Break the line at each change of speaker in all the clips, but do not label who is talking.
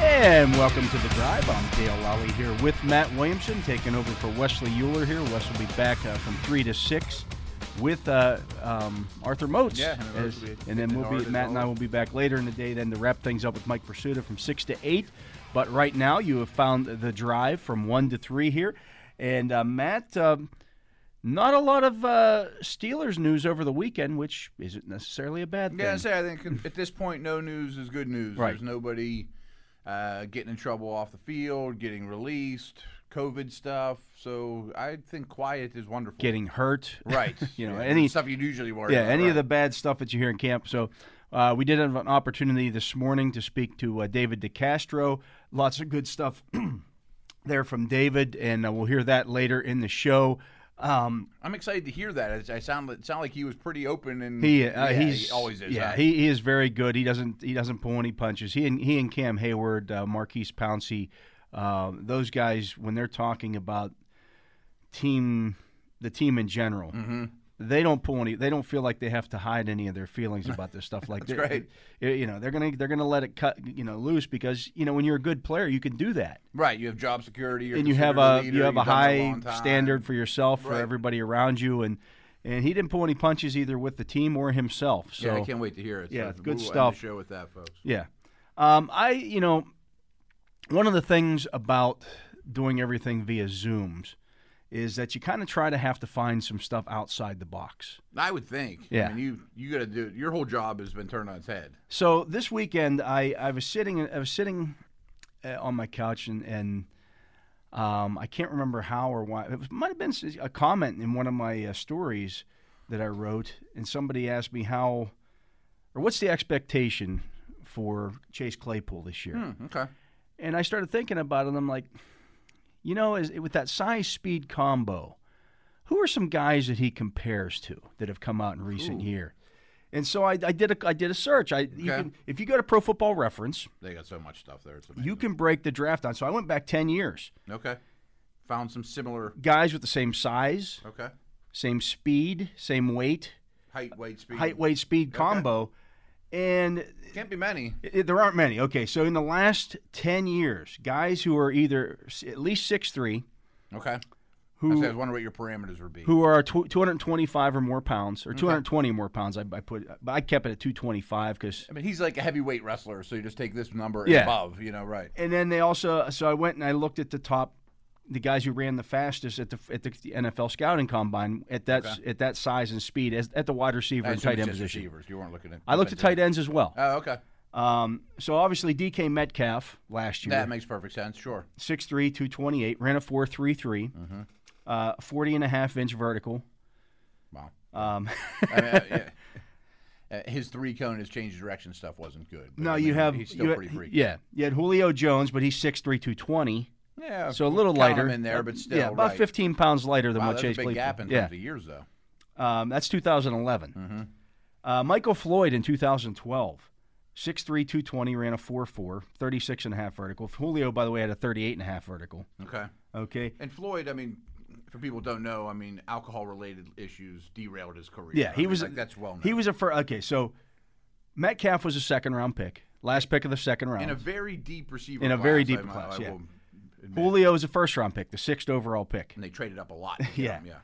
And welcome to the drive. I'm Dale Lally here with Matt Williamson, taking over for Wesley Euler here. Wes will be back uh, from three to six with uh, um, Arthur Moats.
Yeah, and
As-
we'll be-
and then we'll be
Arthur
Matt and I will be back later in the day then to wrap things up with Mike Pursuta from six to eight. But right now, you have found the drive from one to three here, and uh, Matt. Um, not a lot of uh, Steelers news over the weekend, which isn't necessarily a bad thing.
Yeah, I say I think at this point, no news is good news.
Right.
There's nobody uh, getting in trouble off the field, getting released, COVID stuff. So I think quiet is wonderful.
Getting hurt,
right,
you know,
Yeah,
any
stuff you'd usually worry.
yeah,
about,
any of
right.
the bad stuff that you hear in camp. So uh, we did have an opportunity this morning to speak to uh, David DeCastro. Lots of good stuff there from David, and uh, we'll hear that later in the show. Um,
I'm excited to hear that. It's- I sound it sound like he was pretty open and
he, uh,
yeah,
he's
he always is.
Yeah,
huh?
he, he is very good. He doesn't he doesn't pull any punches. He and he and Cam Hayward, uh, Marquise Pouncey, um, those guys when they're talking about team the team in general.
Mm-hmm.
They don't pull any. They don't feel like they have to hide any of their feelings about this stuff. Like they-
great.
they- You know, they're gonna they're gonna let it cut you know loose because you know when you're a good player, you can do that,
right. You have job security, you're
and you have
considered
a
leader,
you have
you've
a
done it
high
long time.
standard for yourself for
Right.
everybody around you, and and he didn't pull any punches either with the team or himself. So
Yeah, I can't wait to hear it.
Yeah,
so
good
we'll end the
stuff.
Show with that, folks.
Yeah. Um, I, you know, one of the things about doing everything via Zooms is that you kind of try to have to find some stuff outside the box.
I would think.
Yeah.
I mean, you you got to do your whole job has been turned on its head.
So this weekend, I, I was sitting, I was sitting uh, on my couch and, and um, I can't remember how or why. It was- might have been a comment in one of my uh, stories that I wrote, and somebody asked me how or what's the expectation for Chase Claypool this year.
Hmm, okay.
and I started thinking about it. And I'm like, you know, is, with that size speed combo, who are some guys that he compares to that have come out in recent year? And so I, I did a I did a search. I you
Okay.
can, if you go to Pro Football Reference,
They got so much stuff there. It's amazing.
you can break the draft down. So I went back ten years.
Okay. Found some similar.
Guys with the same size,
Okay.
same speed, same weight,
Height, weight, speed.
height, weight, speed combo, and
Can't be many.
I- there aren't many. Okay, so in the last ten years, guys who are either s- at least six three,
Okay. I,
who
said, I was wondering what your parameters would be.
who are tw- 225 or more pounds, or 220 or more pounds. I, I put, but I kept it at 225 because.
I mean, he's like a heavyweight wrestler, so you just take this number and
Yeah.
above, you know, right?
And then they also, so I went and I looked at the top, the guys who ran the fastest at the at the NFL scouting combine at that s at that size and speed as at the wide receiver
I
and
assume
tight
it's
end
just
position.
Receivers. You weren't looking at.
I looked at tight ends as well.
Oh, okay.
Um, so obviously DK Metcalf last year,
That makes perfect sense. Sure.
6'3", 228, ran a 4.33,
Mm-hmm.
uh, 40 and a half inch vertical.
Wow.
Um,
I mean, uh, yeah. Uh, his three cone, his change of direction stuff wasn't good. but,
no,
I
you
mean,
have
He's still
you-
pretty freaky.
yeah, you had Julio Jones, but he's 6'3", 220.
Yeah.
So a little
count
lighter uh,
him in there, but still,
yeah, about
right.
15 pounds lighter than
Wow,
what
that's
Chase
a big
Claypool.
gap in terms
yeah,
of years, though.
um, that's 2011.
Mm-hmm.
Uh, Michael Floyd in 2012, 6'3", 220, ran a 4'4", 36 and a half vertical. Julio, by the way, had a 38 and a half vertical.
Okay.
Okay.
And Floyd, I mean, for people who don't know, I mean, alcohol-related issues derailed his career.
Yeah,
I
he
mean,
was-
like, that's well known.
He was a first. Okay, so Metcalf was a second round pick, last pick of the second round.
in a very deep receiver.
In a very
class,
deep
I- I-
class,
I
yeah.
will admit.
Julio was a first round pick, the sixth overall pick.
and they traded up a lot. to get
Yeah.
him, yeah.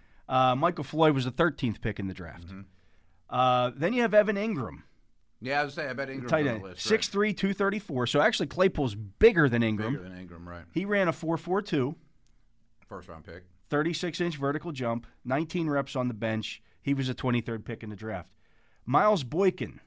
Uh, Michael Floyd was the 13th pick in the draft.
Mm-hmm.
Uh, then you have Evan Ingram.
Yeah, I was saying, I bet Ingram's
tight
on
end,
the list.
six three two thirty four. So actually, Claypool's bigger than
right?
Ingram.
bigger than Ingram, right?
He ran a 442,
First round pick.
36 inch vertical jump, 19 reps on the bench. He was a 23rd pick in the draft. Miles Boykin,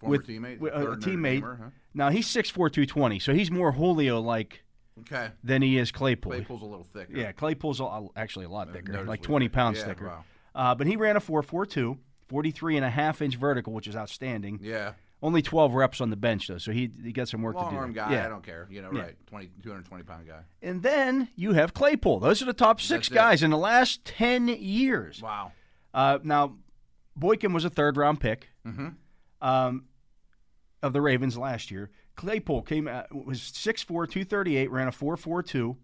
Former
With-
teammate,
with- uh,
third Notre
teammate.
Damer, huh?
now he's 6'4, 220, so he's more Julio like
Okay,
than he is Claypool.
Claypool's a little thicker.
Yeah, Claypool's a- a- actually a lot thicker,
Uh, noticeably
like 20
thicker.
pounds
Yeah,
thicker.
wow.
Uh, but he ran a 442, 43 and a half inch vertical, which is outstanding.
yeah.
Only 12 reps on the bench, though, so he, he got some work to
Long
do.
arm
there.
guy,
Yeah.
I don't care. You know,
Yeah.
right? 20, 220 pound guy.
And then you have Claypool. Those are the top six
That's it.
guys in the last 10 years.
Wow.
Uh, now, Boykin was a third round pick
Mm-hmm.
um, of the Ravens last year. Claypool came out, was 6'4, 238, ran a 4'4'2,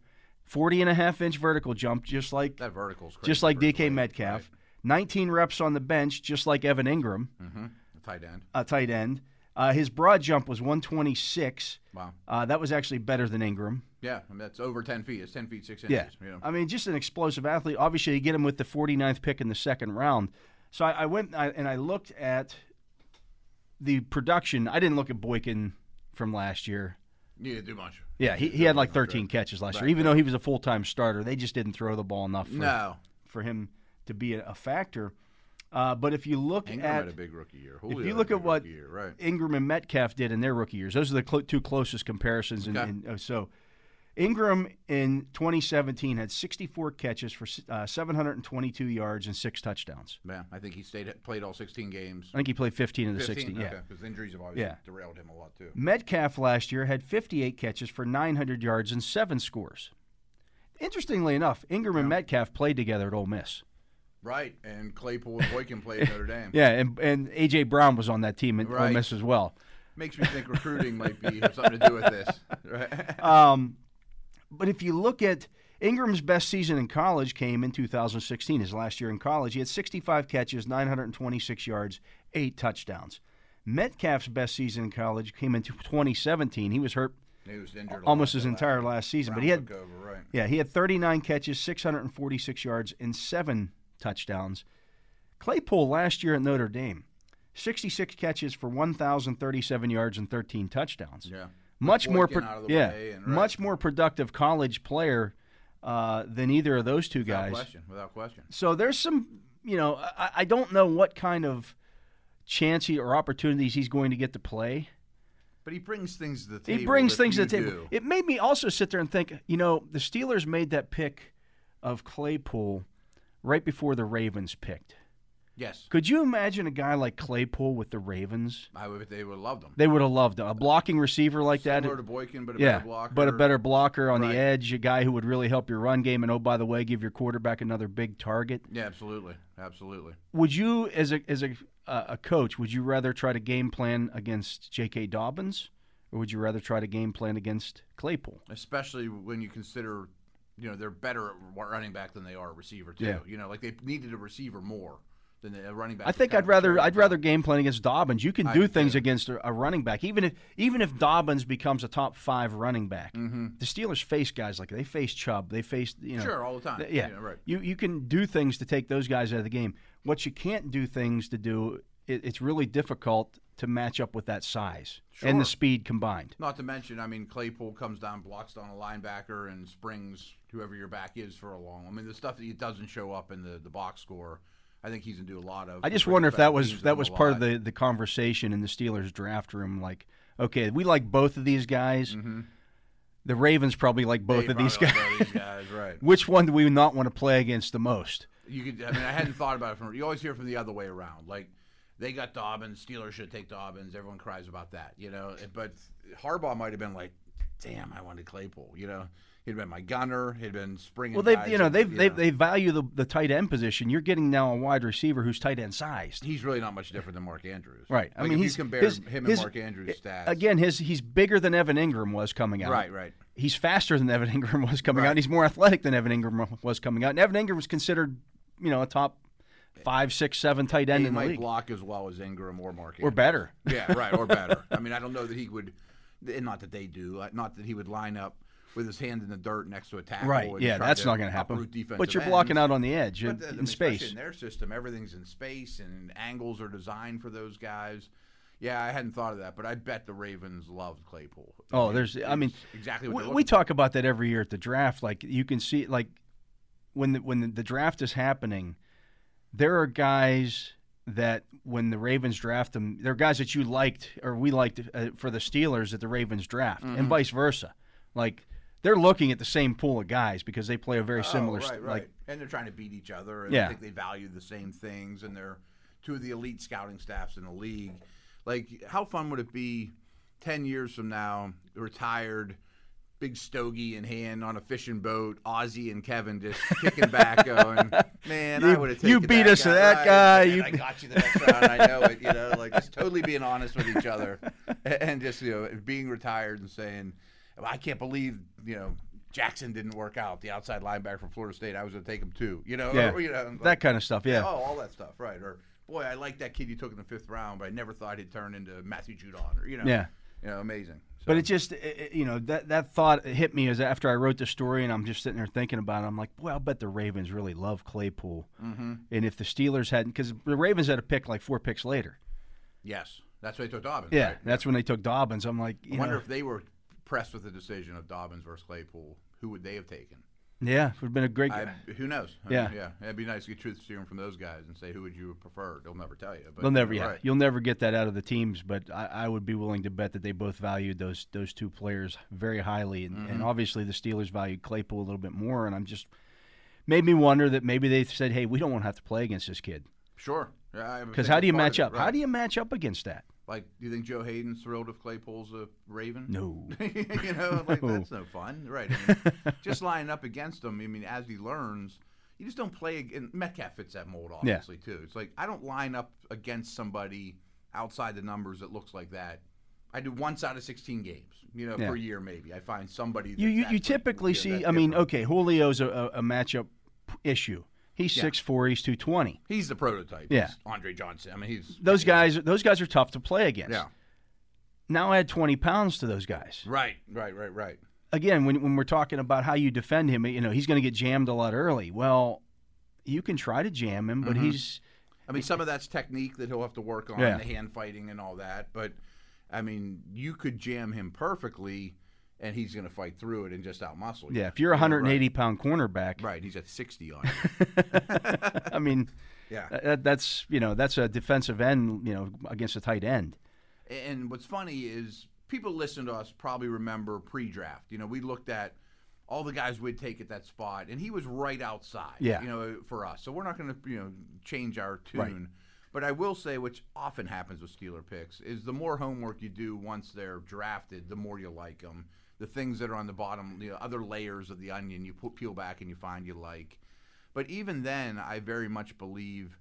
40 and a half inch vertical jump, just like
That vertical's crazy.
just like
vertical
DK
weight,
Metcalf. 19 reps on the bench, just like Evan Ingram,
Right. Mm-hmm. The tight end.
a tight end. Uh, his broad jump was 126.
Wow.
Uh, that was actually better than Ingram.
Yeah, I mean, that's over 10 feet. It's 10 feet, 6
Yeah.
inches. You know.
I mean, just an explosive athlete. Obviously, you get him with the 49th pick in the second round. So I, I went I, and I looked at the production. I didn't look at Boykin from last year.
You didn't do much.
Yeah, he, he had like 13 catches last year. Even though he was a full time starter, they just didn't throw the ball enough for,
No.
for him to be a, a factor. Uh, but if you look
Ingram
at
had a big rookie year. Julio
you
had a
look at
big
what-
rookie year, right?
Ingram and Metcalf did in their rookie years. Those are the clo two closest comparisons. In,
Okay.
in, oh, so Ingram in 2017 had 64 catches for s- uh, 722 yards and six touchdowns.
Yeah, I think he stayed played all 16 games.
I think he played 15 of the 16. Yeah.
because injuries have obviously
Yeah.
derailed him a lot too.
Metcalf last year had 58 catches for 900 yards and seven scores. Interestingly enough, Ingram and Metcalf played together at Ole Miss.
Right, and Claypool and Boykin played at Notre Dame.
Yeah, and, and A.J. Brown was on that team at Ole
Right.
Miss as well.
Makes me think recruiting might be have something to do with this. Right?
Um, but if you look at Ingram's best season in college came in 2016, his last year in college. He had 65 catches, 926 yards, eight touchdowns. Metcalf's best season in college came in 2017. He was hurt
he was injured a
almost
lot
his
that
entire
last
last season, but
round
he had
took over, right.
yeah he had 39 catches, 646 yards, and seven touchdowns. Claypool last year at Notre Dame, 66 catches for 1,037 yards and 13 touchdowns
Yeah,
much more
Boykin
pro-
out of the
yeah,
way and- right.
much more productive college player uh, than either of those two
without
guys.
question, without question.
So there's some, you know, I, I don't know what kind of chance he or opportunities he's going to get to play.
But he brings things to the
He
table.
brings
that
things to
you
the table.
do.
It made me also sit there and think, you know, the Steelers made that pick of Claypool right before the Ravens picked.
Yes,
Could you imagine a guy like Claypool with the Ravens?
I would. They would have loved him.
They would have loved him. a blocking receiver like that.
Similar to Boykin, but a
yeah,
better blocker.
but a better blocker on
Right.
the edge, a guy who would really help your run game, and oh by the way, give your quarterback another big target.
Yeah, absolutely, absolutely.
Would you, as a as a uh, a coach, would you rather try to game plan against J.K. Dobbins, or would you rather try to game plan against Claypool?
especially when you consider you know they're better at wa- running back than they are at receiver too.
Yeah.
You know, like they needed a receiver more than the- a running back.
I
was
think
kind
I'd
of
rather
carried
I'd
by.
rather game plan against Dobbins. You can
I
do
do,
things
too.
against a, a running back, even if even if Dobbins becomes a top five running back. The Steelers face guys like they face Chubb, they face you know
Mm-hmm. sure all the time.
Th- Yeah,
right.
You you can do things to take those guys out of the game. What you can't do things to do, it, it's really difficult to match up with that size and the
Sure.
speed combined.
Not to mention, I mean, Claypool comes down, blocks down a linebacker, and springs whoever your back is for a long. I mean, the stuff that he doesn't show up in the, the box score, I think he's gonna do a lot of.
I just
for
wonder if
special
that was
teams
that
and
was
a
part of
lot.
the the conversation in the Steelers draft room. Like, okay, we like both of these guys. The Ravens probably like both
Mm-hmm. They
of these guys.
probably like both of these guys, right?
Which one do we not want to play against the most?
You could. I mean, I hadn't thought about it from. You always hear from the other way around. Like they got Dobbins. Steelers should take Dobbins. Everyone cries about that, you know. But Harbaugh might have been like, "Damn, I wanted Claypool." You know, he'd been my gunner. He'd been springing.
Well, they
guys
you know
and,
they they they value the, the tight end position. You're getting now a wide receiver who's tight end sized.
He's really not much different than Mark Andrews,
Right. I
Like,
mean,
if
he's-
you compare
his-
him
his-
and Mark Andrews' stats
Again, his he's bigger than Evan Ingram was coming out.
Right, right.
He's faster than Evan Ingram was coming out.
Right.
And he's more athletic than Evan Ingram was coming out. And Evan Ingram was considered, you know, a top five, six, seven tight end
He
in the
might
league
block as well as Ingram or Mark.
or
Andrews.
better.
Yeah, right, or better. I mean, I don't know that he would, and not that they do, uh, not that he would line up with his hand in the dirt next to a tackle.
Right.
and
Yeah,
try
that's
to
not going to happen.
uproot defensive
But you're
ends.
blocking out on the edge
But
in,
th- I
in
mean, especially
space.
In their system, everything's in space, and angles are designed for those guys. Yeah, I hadn't thought of that, but I bet the Ravens loved Claypool. I
Oh,
mean,
there's. I
it's
mean,
exactly what
we,
they're
we
looking
talk about that every year at the draft. Like you can see, like when the, when the, the draft is happening, there are guys that when the Ravens draft them, there are guys that you liked or we liked uh, for the Steelers at the Ravens draft,
Mm-hmm.
and vice versa. Like they're looking at the same pool of guys because they play a very
Oh,
similar.
right,
st-
right.
Like
and they're trying to beat each other, and
Yeah.
I think they value the same things, and they're two of the elite scouting staffs in the league. Like, how fun would it be 10 years from now, retired, big stogie in hand on a fishing boat, Ozzy and Kevin just kicking back, going, man, I
You-
would have taken
you beat
that
us to
guy,
that
right,
guy,
man,
you
I
be-
got you the next round. I know it. You know, like just totally being honest with each other, and just you know being retired and saying, "Well, I can't believe you know Jackson didn't work out. The outside linebacker from Florida State. I was going to take him too. You know,
Yeah.
or, you know
that kind of stuff. Yeah.
Oh, all that stuff, right? Or boy, I like that kid you took in the fifth round, but I never thought he'd turn into Matthew Judon, or you know,
Yeah.
you know, amazing. So,
But it just, it- it, you know, that that thought hit me as after I wrote the story, and I'm just sitting there thinking about it. I'm like, boy, I'll bet the Ravens really love Claypool. Mm-hmm. And if the Steelers hadn't, because the Ravens had a pick like four picks later.
yes, that's why they took Dobbins.
Yeah,
right?
that's when they took Dobbins. I'm like, you
wonder
know,
if they were pressed with the decision of Dobbins versus Claypool, who would they have taken?
yeah, it would have been a great.
I,
game.
who knows? I
Yeah.
mean, yeah. It'd be nice to get truth serum from those guys and say who would you have preferred. They'll never tell you. But
They'll never, yeah,
Right.
you'll never get that out of the teams. But I, I would be willing to bet that they both valued those those two players very highly, and,
Mm-hmm.
and obviously the Steelers valued Claypool a little bit more. And I'm just made me wonder that maybe they said, hey, we don't want to have to play against this kid.
Sure. Yeah,
Because how do you match up? How do you match up against that?
like? Do you think Joe Hayden's thrilled if Claypool's a Raven?
No.
you know, like
No.
that's no fun, right? I mean, just lining up against him. I mean, as he learns, you just don't play. ag- And Metcalf fits that mold, obviously, too. It's like I don't line up against somebody outside the numbers that looks like that. I do once out of sixteen games, you know,
Yeah.
per year maybe. I find somebody.
You
that's
you, you
actually,
typically
yeah,
see.
that
I mean,
different.
okay, Julio's a, a, a matchup issue. He's
Yeah.
six four. He's two twenty.
He's the prototype.
Yeah.
He's Andre Johnson. I mean, he's
Those guys those guys are tough to play against.
Yeah.
Now add twenty pounds to those guys.
Right. Right. Right. Right.
Again, when when we're talking about how you defend him, you know he's going to get jammed a lot early. Well, you can try to jam him,
Mm-hmm.
but he's
I mean, some of that's technique that he'll have to work on,
Yeah.
the hand fighting and all that. But I mean, you could jam him perfectly, and he's going to fight through it and just out muscle.
yeah. If you're a hundred and eighty pound cornerback,
Right. He's at sixty on. you.
I mean,
yeah.
that, that's you know that's a defensive end you know against a tight end.
And what's funny is people listen to us probably remember pre-draft. You know, we looked at all the guys we'd take at that spot, and he was right outside.
Yeah.
You know, for us, so we're not going to you know change our tune. But I will say, which often happens with Steeler picks, is the more homework you do once they're drafted, the more you like them. The things that are on the bottom, the other layers of the onion, you pu- peel back and you find you like. But even then, I very much believe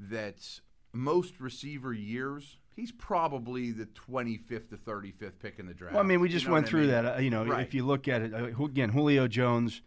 that most receiver years, he's probably the 25th to 35th pick in the draft.
Well, I mean, we just
You know
went
what I
through
mean?
that. Uh, you know,
Right.
if you look at it uh, who- again, Julio Jones,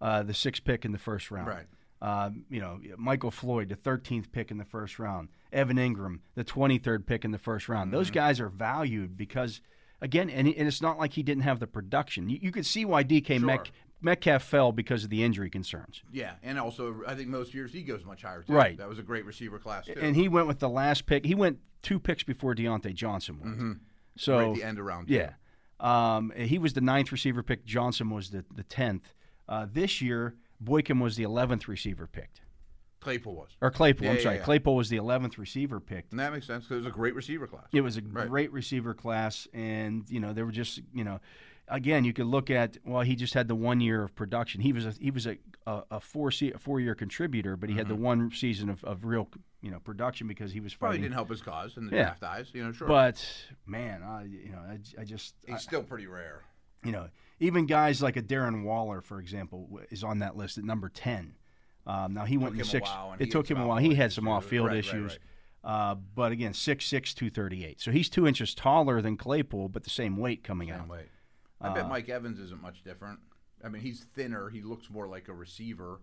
uh, the sixth pick in the first round.
Right.
Um, you know, Michael Floyd, the thirteenth pick in the first round. Evan Ingram, the twenty-third pick in the first round.
Mm-hmm.
Those guys are valued because, again, and, and it's not like he didn't have the production. You, you could see why DK Metc-
Sure.
Metcalf fell because of the injury concerns,
Yeah, and also I think most years he goes much higher. Too.
Right.
That was a great receiver class too.
and he went with the last pick. He went two picks before Deontay Johnson went. So
Mm-hmm. right at the end of round. two.
Yeah. Um, he was the ninth receiver picked. Johnson was the, the 10th. Uh, this year, Boykin was the 11th receiver picked.
Claypool was.
Or Claypool,
Yeah,
I'm
yeah,
sorry.
yeah.
Claypool was the 11th receiver picked.
And that makes sense because it was a great receiver class.
It was a
Right.
great receiver class. And, you know, they were just, you know, again, you could look at, well, he just had the one year of production. He was a, he was a, a, a four se- a four year contributor, but he had the one season of, of real, you know, production because he was
Mm-hmm. Probably
fighting.
didn't help his cause in the
Yeah.
draft eyes. You know, sure.
But, man, I, you know, I, j- I just. I-
he's still pretty rare.
you know, even guys like a Darren Waller, for example, w- is on that list at number ten. Um, now he went in the
him a
six.
while, and
It
he
took him
had
a
some
while. He had
off-field
some
issues.
off-field
Right, right,
issues, Uh, but again, six six two thirty eight. So he's two inches taller than Claypool, but the same weight coming out.
Wait, I bet
Uh,
Mike Evans isn't much different. I mean, he's thinner. He looks more like a receiver,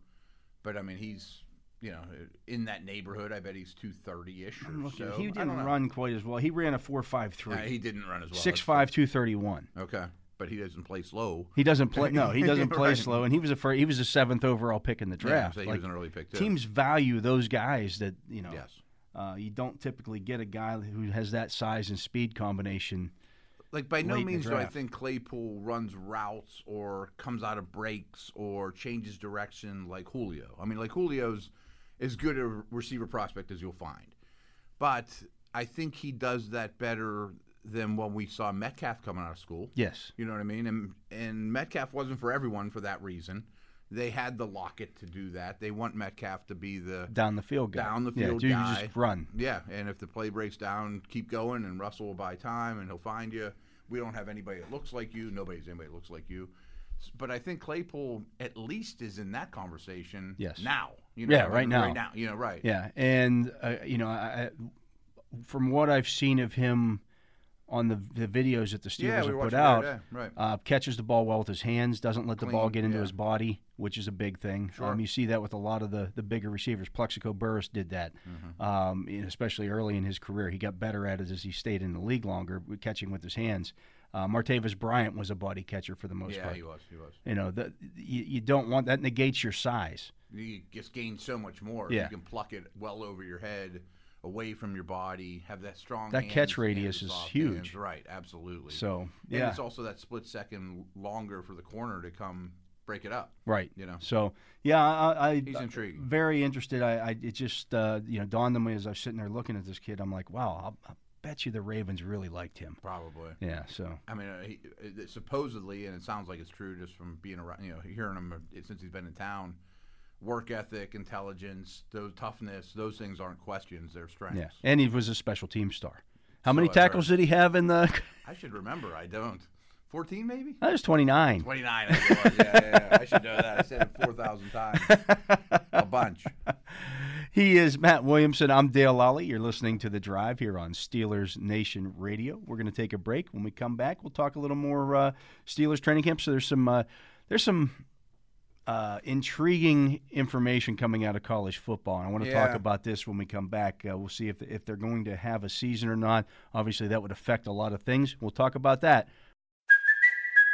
but I mean, he's you know in that neighborhood. I bet he's two thirty ish or
Look,
so. I
he
don't
didn't
know.
run quite as well. He ran a four five three,
Yeah, he didn't run as well.
six
That's-
five two thirty one.
Okay, but he doesn't play slow.
He doesn't play. No, he doesn't play
Right.
slow. And he was a fir- he was the seventh overall pick in the
Yeah,
draft.
so he
Like,
was an early pick too.
teams value those guys that you know.
yes.
Uh, you don't typically get a guy who has that size and speed combination.
Like by no
late in the
means do I
draft.
think Claypool runs routes or comes out of breaks or changes direction like Julio. I mean, like Julio's as good a receiver prospect as you'll find, but I think he does that better than when we saw Metcalf coming out of school.
Yes.
You know what I mean? And and Metcalf wasn't for everyone for that reason. They had the locket to do that. They want Metcalf to be the
down the field guy.
down the
yeah,
field
dude,
guy.
You just run.
Yeah, and if the play breaks down, keep going, and Russell will buy time, and he'll find you. We don't have anybody that looks like you. Nobody's anybody that looks like you. S- But I think Claypool at least is in that conversation.
Yes.
Now. You
Yeah, right now.
Right now. You know. Right.
Yeah, and uh, you know, I, I, from what I've seen of him on the, the videos that the Steelers
Yeah,
have
we were
put
watching
out,
that, yeah, right.
uh, catches the ball well with his hands, doesn't let the ball
Clean,
get into
yeah.
his body, which is a big thing.
Sure.
Um, you see that with a lot of the, the bigger receivers. Plexico Burris did that,
Mm-hmm.
um, you know, especially early in his career. He got better at it as he stayed in the league longer, with catching with his hands. Uh, Martavis Bryant was a body catcher for the most
Yeah.
part.
He was. He was.
You know, the, you, you don't want that negates your size.
You just gain so much more.
Yeah.
You can pluck it well over your head, away from your body. Have that strong.
That
hands,
catch
hands,
radius is
soft
huge.
hands, Right. Absolutely.
So
And
yeah,
it's also that split second longer for the corner to come break it up.
right.
You know.
So yeah, I, I
He's
I-
intriguing.
very interested. I, I it just uh, you know dawned on me as I was sitting there looking at this kid. I'm like, wow, I'll, I bet you the Ravens really liked him.
Probably.
Yeah. So
I mean, uh, he, uh, supposedly, and it sounds like it's true just from being around, you know, hearing him uh, since he's been in town. Work ethic, intelligence, those toughness, those things aren't questions; they're strengths.
yeah, and he was a special team star. How
So
many
I've
tackles did he have in the?
I should remember. I don't. Fourteen, maybe.
That was 29.
Twenty nine. I, think it was. yeah, yeah, yeah. I should know that. I said it four thousand times. A bunch.
He is Matt Williamson. I'm Dale Lally. You're listening to The Drive here on Steelers Nation Radio. We're going to take a break. When we come back, we'll talk a little more uh, Steelers training camp. So there's some uh, there's some uh, intriguing information coming out of college football, and I want to talk
Yeah.
about this when we come back. Uh, we'll see if if they're going to have a season or not. Obviously, that would affect a lot of things. We'll talk about that.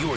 You're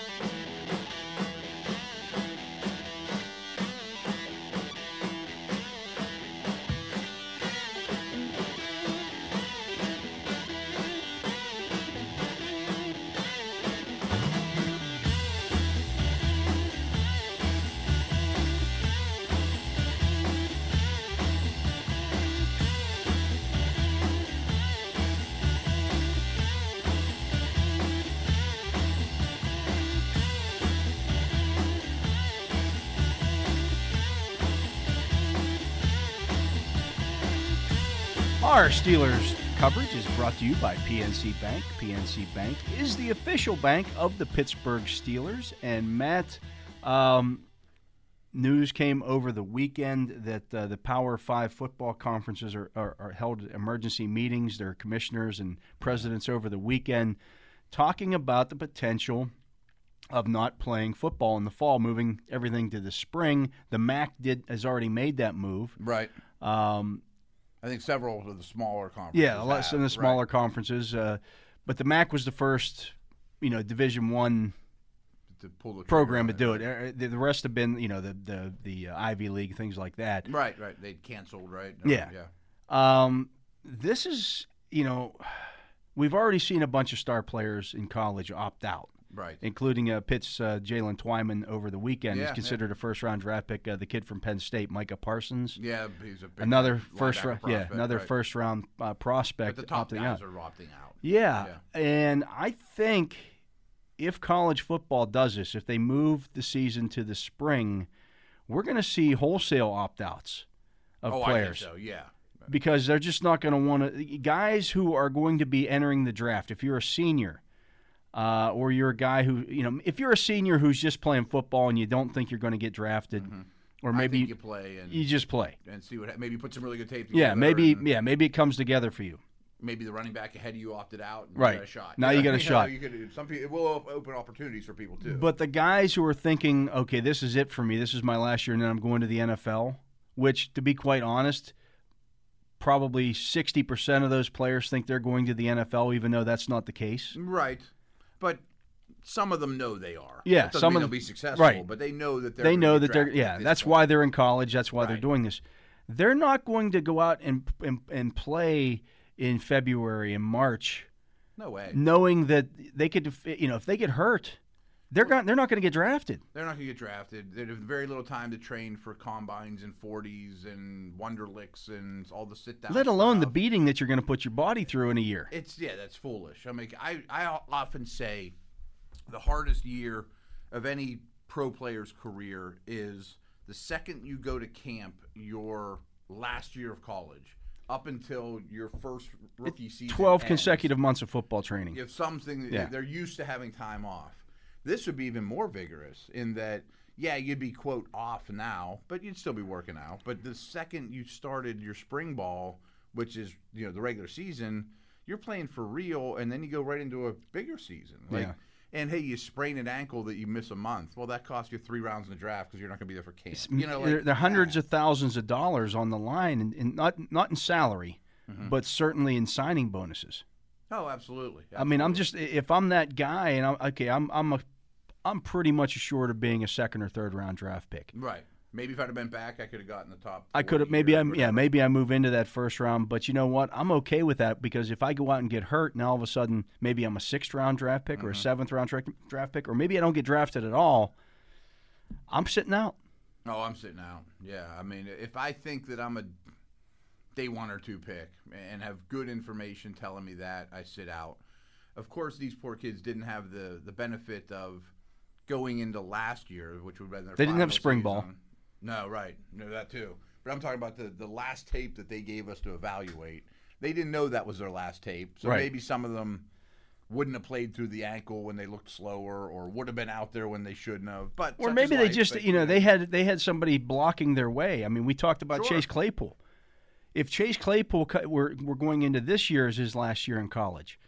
Our Steelers coverage is brought to you by PNC Bank. PNC Bank is the official bank of the Pittsburgh Steelers. And Matt, um, news came over the weekend that uh, the Power Five football conferences are, are, are held emergency meetings. Their commissioners and presidents over the weekend talking about the potential of not playing football in the fall, moving everything to the spring. The MAC did has already made that move.
Right.
Um,
I think several of the smaller conferences.
yeah, less
have,
than the
right.
smaller conferences. Uh, but the MAC was the first, you know, Division One
to pull the trigger
program
on
to do it. Uh, The the rest have been, you know, the the the uh, Ivy League things like that.
Right, right. They'd canceled, right?
Yeah.
Yeah.
Um, this is, you know, we've already seen a bunch of star players in college opt out,
Right.
including uh, Pitt's uh, Jalen Twyman over the weekend.
Yeah,
He's
yeah.
considered a first round draft pick. Uh, the kid from Penn State, Micah Parsons.
Yeah, he's a big
Another
linebacker
first round, yeah,
prospect,
another
right.
first round uh, prospect
But the top
opting out.
guys are opting out.
Yeah. And I think if college football does this, if they move the season to the spring, we're going to see wholesale opt outs of
oh,
players
I think so. Yeah.
because they're just not going to want to. Guys who are going to be entering the draft, if you're a senior uh, or you're a guy who, you know, if you're a senior who's just playing football and you don't think you're going to get drafted, or
Mm-hmm. I
maybe
think
you,
you play and
just play.
and see what ha- maybe put some really good tape together.
Yeah, maybe.
and
Yeah, maybe it comes together for you.
maybe the running back ahead of you opted out. And
Right.
You got a shot.
Now you got a
know,
shot.
You could, some people, it will op- open opportunities for people too.
But the guys who are thinking, okay, this is it for me. This is my last year, and then I'm going to the NFL. Which, to be quite honest, probably 60% of those players think they're going to the NFL, even though that's not the case.
Right. But some of them know they are.
Yeah,
That doesn't
some
mean
of them-
they'll be successful,
right.
but they know that they're.
they
gonna
know
be
that they're
drafted at
yeah
this
that's
point.
why they're in college that's why they're
Right.
doing this they're not going to go out and, and and play in february and march
No way.
knowing that they could you know if they get hurt they're not they're not going to get drafted
They're not going to get drafted. They have very little time to train for combines and 40s and Wonderlicks and all the sit down.
let alone the
stuff.
beating that you're going to put your body through in a year
It's yeah, that's foolish. I mean, I I often say the hardest year of any pro player's career is the second you go to camp, your last year of college, up until your first rookie season.
12
ends.
consecutive months of football training
If something,
Yeah.
they're used to having time off. This would be even more vigorous in that, yeah, you'd be quote off now, but you'd still be working out. But the second you started your spring ball, which is you know the regular season, you're playing for real, and then you go right into a bigger season. Like,
Yeah.
And hey, you sprain an ankle that you miss a month. Well, that costs you three rounds in the draft because you're not going to be there for camp. You know, like,
there, there are hundreds of thousands of dollars on the line and, and not not in salary
Mm-hmm.
but certainly in signing bonuses
oh, absolutely.
I mean, I'm
absolutely.
just if I'm that guy, and I'm okay. I'm I'm a I'm pretty much assured of being a second or third round draft pick.
right. Maybe if I'd have been back, I could have gotten the top.
I could have
40
maybe
or
I'm yeah
whatever.
maybe I move into that first round, but you know what? I'm okay with that because if I go out and get hurt, and all of a sudden maybe I'm a sixth round draft pick or
Mm-hmm.
a seventh round dra- draft pick, or maybe I don't get drafted at all, I'm sitting out.
Oh, I'm sitting out. Yeah, I mean, if I think that I'm a day one or two pick and have good information telling me that, I sit out. Of course, these poor kids didn't have the the benefit of going into last year, which would have been their
They didn't have
final
spring ball.
season. No, right, no, that too. But I'm talking about the the last tape that they gave us to evaluate. They didn't know that was their last tape, so
Right.
maybe some of them wouldn't have played through the ankle when they looked slower, or would have been out there when they shouldn't have. But
Or
such is
maybe they
life,
just
but,
you know they had they had somebody blocking their way. I mean, we talked about
Sure.
Chase Claypool. If Chase Claypool cu- were, were going into this year as his last year in college,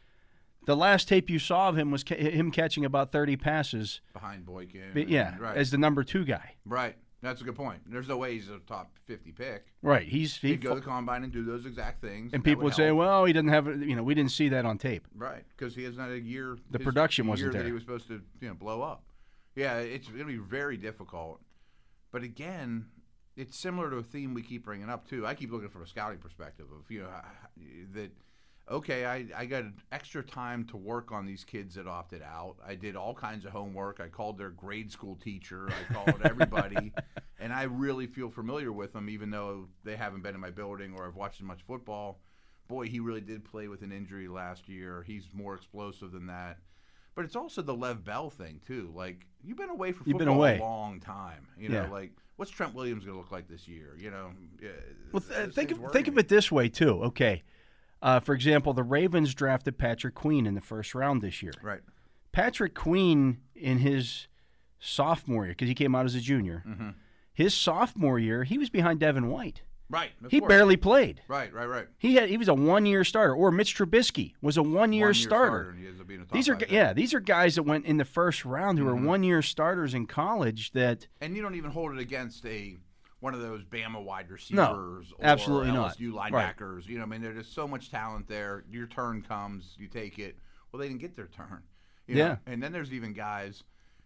the last tape you saw of him was ca- him catching about thirty passes.
behind Boykin.
But yeah,
and- right,
as the number two guy.
right. That's a good point. There's no way he's a top 50 pick.
Right. He's he
He'd go to the combine and do those exact things,
and
That
people would say,
help.
well, he didn't have it- you know we didn't see that on tape.
right, because he has not a year.
The
his
production wasn't
year that
there.
he was supposed to, you know, blow up. Yeah, it's going to be very difficult. But again, it's similar to a theme we keep bringing up too. I keep looking from a scouting perspective of you know h- that okay, I, I got extra time to work on these kids that opted out. I did all kinds of homework. I called their grade school teacher. I called everybody, and I really feel familiar with them, even though they haven't been in my building or I've watched as much football. Boy, he really did play with an injury last year. He's more explosive than that. But it's also the Lev Bell thing too. Like you've been away for
You've
football
been away.
a long time. You know,
Yeah.
like what's Trent Williams going to look like this year? You know, yeah,
Well, th-
those
think
things
of,
worry
think of
me.
it this way too. Okay, uh, for example, the Ravens drafted Patrick Queen in the first round this year.
Right.
Patrick Queen in his sophomore year, because he came out as a junior,
Mm-hmm.
his sophomore year, he was behind Devin White.
Right. of
he
course.
barely played.
Right. Right. Right.
He had he was a one year starter, or Mitch Trubisky was a one year
One-year
starter.
and he ends up being a top
These are
five Mm-hmm.
gu-
pick.
yeah, these are guys that went in the first round who were one year starters in college. That
And you don't even hold it against a one of those Bama wide
No,
receivers or
absolutely not.
LSU
Right.
linebackers. You know, I mean, there's so much talent there. Your turn comes, you take it. Well, they didn't get their turn. you know?
Yeah.
And then there's even guys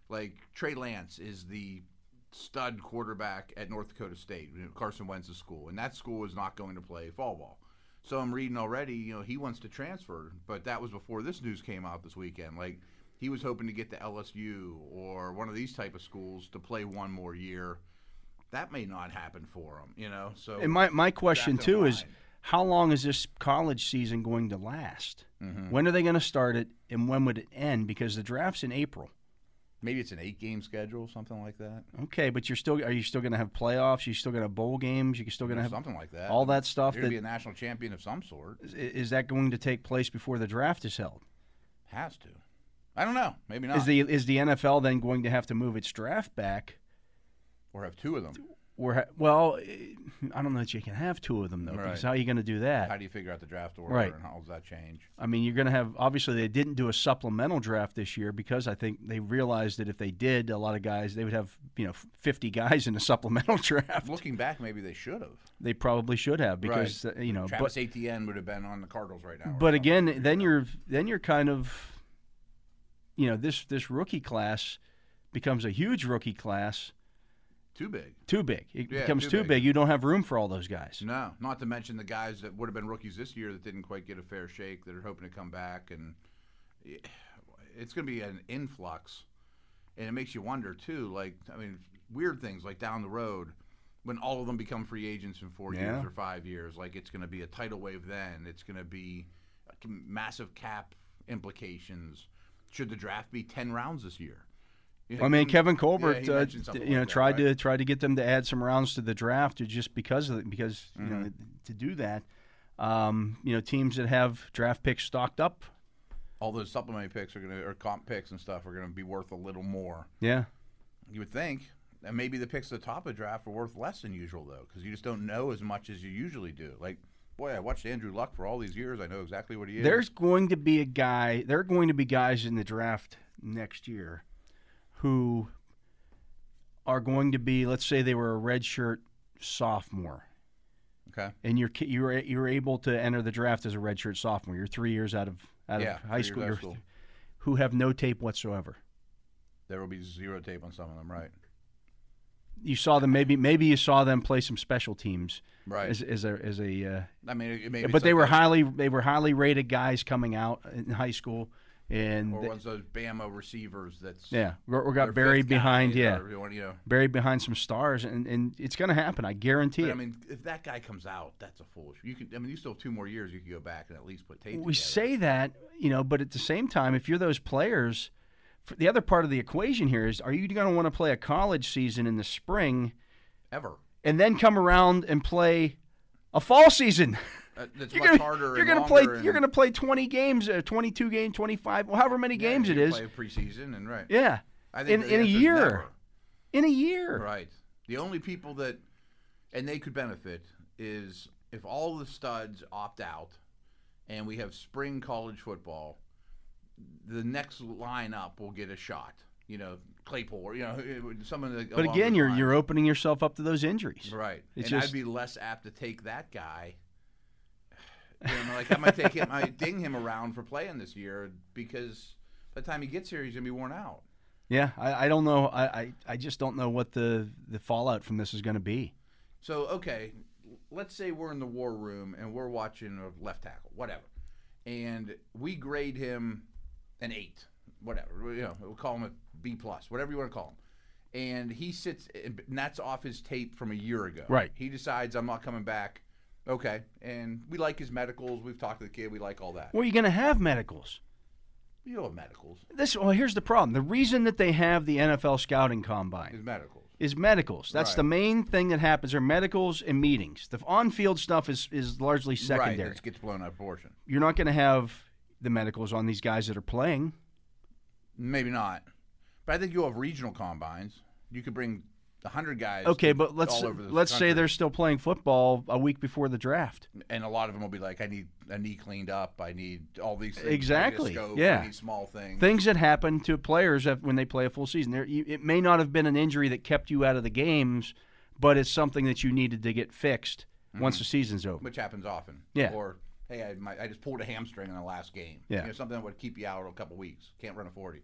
like Trey Lance is the stud quarterback at North Dakota State, you know, Carson Wentz's school, and that school is not going to play fall ball. So I'm reading already, you know, he wants to transfer, but that was before this news came out this weekend. Like he was hoping to get to LSU or one of these type of schools to play one more year. That may not happen for him, you know. So
and my my question
Draft and
too is
line.
how long is this college season going to last?
Mm-hmm.
When are they going to start it, and when would it end? Because the draft's in April.
maybe it's an eight game schedule, something like that.
Okay, but you're still are you still going to have playoffs? You're still going to have bowl games? You're still going to have
something like that.
all that stuff
You're gonna
that-
be a national champion of some sort.
is- is that going to take place before the draft is held?
Has to. I don't know. Maybe not.
Is the is the NFL then going to have to move its draft back?
or have two of them.
we're ha- well, eh, I don't know that you can have two of them though. Because
Right.
how are you going to do that?
How do you figure out the draft order
Right.
and how does that change?
I mean, you're going to have obviously they didn't do a supplemental draft this year because I think they realized that if they did, a lot of guys they would have you know 50 guys in a supplemental draft.
Looking back, maybe they should have.
They probably should have because uh, you know,
Travis
but
Etienne would have been on the Cardinals right now. or
but
something.
again, then you're then you're kind of you know this this rookie class becomes a huge rookie class,
too big.
too big. It
Yeah,
becomes
too
too
big.
big. You don't have room for all those guys.
No, not to mention the guys that would have been rookies this year that didn't quite get a fair shake that are hoping to come back, and it's going to be an influx, and it makes you wonder too. Like, I mean, weird things like down the road when all of them become free agents in four years
Yeah.
or five years, like it's going to be a tidal wave. Then it's going to be massive cap implications. Should the draft be ten rounds this year? You
I mean,
know,
Kevin
yeah,
Colbert,
he
uh,
mentioned something
you know,
like that,
tried
right?
to tried to get them to add some rounds to the draft just because of because you know
Mm-hmm.
to do that, um, you know, teams that have draft picks stocked up,
all those supplementary picks are going to or comp picks and stuff are going to be worth a little more.
yeah,
You would think, and maybe the picks at the top of the draft are worth less than usual though, because you just don't know as much as you usually do. Like, boy, I watched Andrew Luck for all these years. I know exactly what he is.
There's going to be a guy. There are going to be guys in the draft next year who are going to be. Let's say they were a redshirt sophomore,
okay,
and you're ki- you're you're able to enter the draft as a redshirt sophomore. You're three years out of out
yeah,
of high
three
school.
years out
You're,
of school.
Who have no tape whatsoever.
There will be zero tape on some of them, right?
You saw them. Maybe maybe you saw them play some special teams.
Right.
As, as a as a. Uh,
I mean, it, maybe.
but
it's
they
like
were
those-
highly they were highly rated guys coming out in high school, and
Or
they-
ones those Bama receivers that's
yeah, or, or
their
got buried
fifth guy
behind.
or,
Yeah.
you know.
buried behind some stars, and, and it's going to happen. I guarantee
But
it.
I mean, if that guy comes out, that's a foolish. You can. I mean, you still have two more years. You could go back and at least put tape.
we
together.
say that, you know, but at the same time, if you're those players, f the other part of the equation here is: Are you going to want to play a college season in the spring
ever.
and then come around and play a fall season?
That- Uh, That's
You're
much
gonna-
harder.
You're
and
gonna
longer
play.
and-
You're going to play 20 games, uh, 22 games, 25, well, however many
Yeah,
games
you
it is.
Play preseason and right.
Yeah,
I
in,
think the
in a
answer's
year,
never.
in a year.
Right. The only people that, and they could benefit, is if all the studs opt out and we have spring college football, the next lineup will get a shot. You know, Claypool or, you know, it would- someone like
But
along
again,
those
you're
lines.
you're opening yourself up to those injuries.
Right.
It's
and
just-
I'd be less apt to take that guy. You know, like I might take him, I ding him around for playing this year because by the time he gets here, he's gonna be worn out.
Yeah, I, I don't know. I, I, I just don't know what the, the fallout from this is going to be.
So okay, l- let's say we're in the war room and we're watching a left tackle, whatever, and we grade him an eight, whatever. You know, we'll call him a B plus, whatever you want to call him. And he sits, and that's off his tape from a year ago.
Right.
He decides I'm not coming back. Okay, and we like his medicals. We've talked to the kid. We like all that.
Well, you're going to have medicals.
You know, medicals.
This well, here's the problem. The reason that they have the NFL scouting
His
combine
medicals.
is medicals. That's
Right.
the main thing that happens are medicals and meetings. The on-field stuff is is largely secondary.
Right. It gets blown out of proportion.
you're not going to have the medicals on these guys that are playing.
Maybe not, but I think you'll have regional combines. You could bring hundred guys.
Okay,
to-
but let's
all over the
let's say
country.
they're still playing football a week before the draft.
and a lot of them will be like, I need a knee cleaned up. I need all these things. I need a
Exactly,
scope,
yeah.
I need small things.
things that happen to players af- when they play a full season. There, you, it may not have been an injury that kept you out of the games, but it's something that you needed to get fixed
Mm.
once the season's over.
which happens often.
Yeah.
Or hey, I, my, I just pulled a hamstring in the last game.
Yeah.
You know, something that would keep you out a couple weeks. Can't run a forty.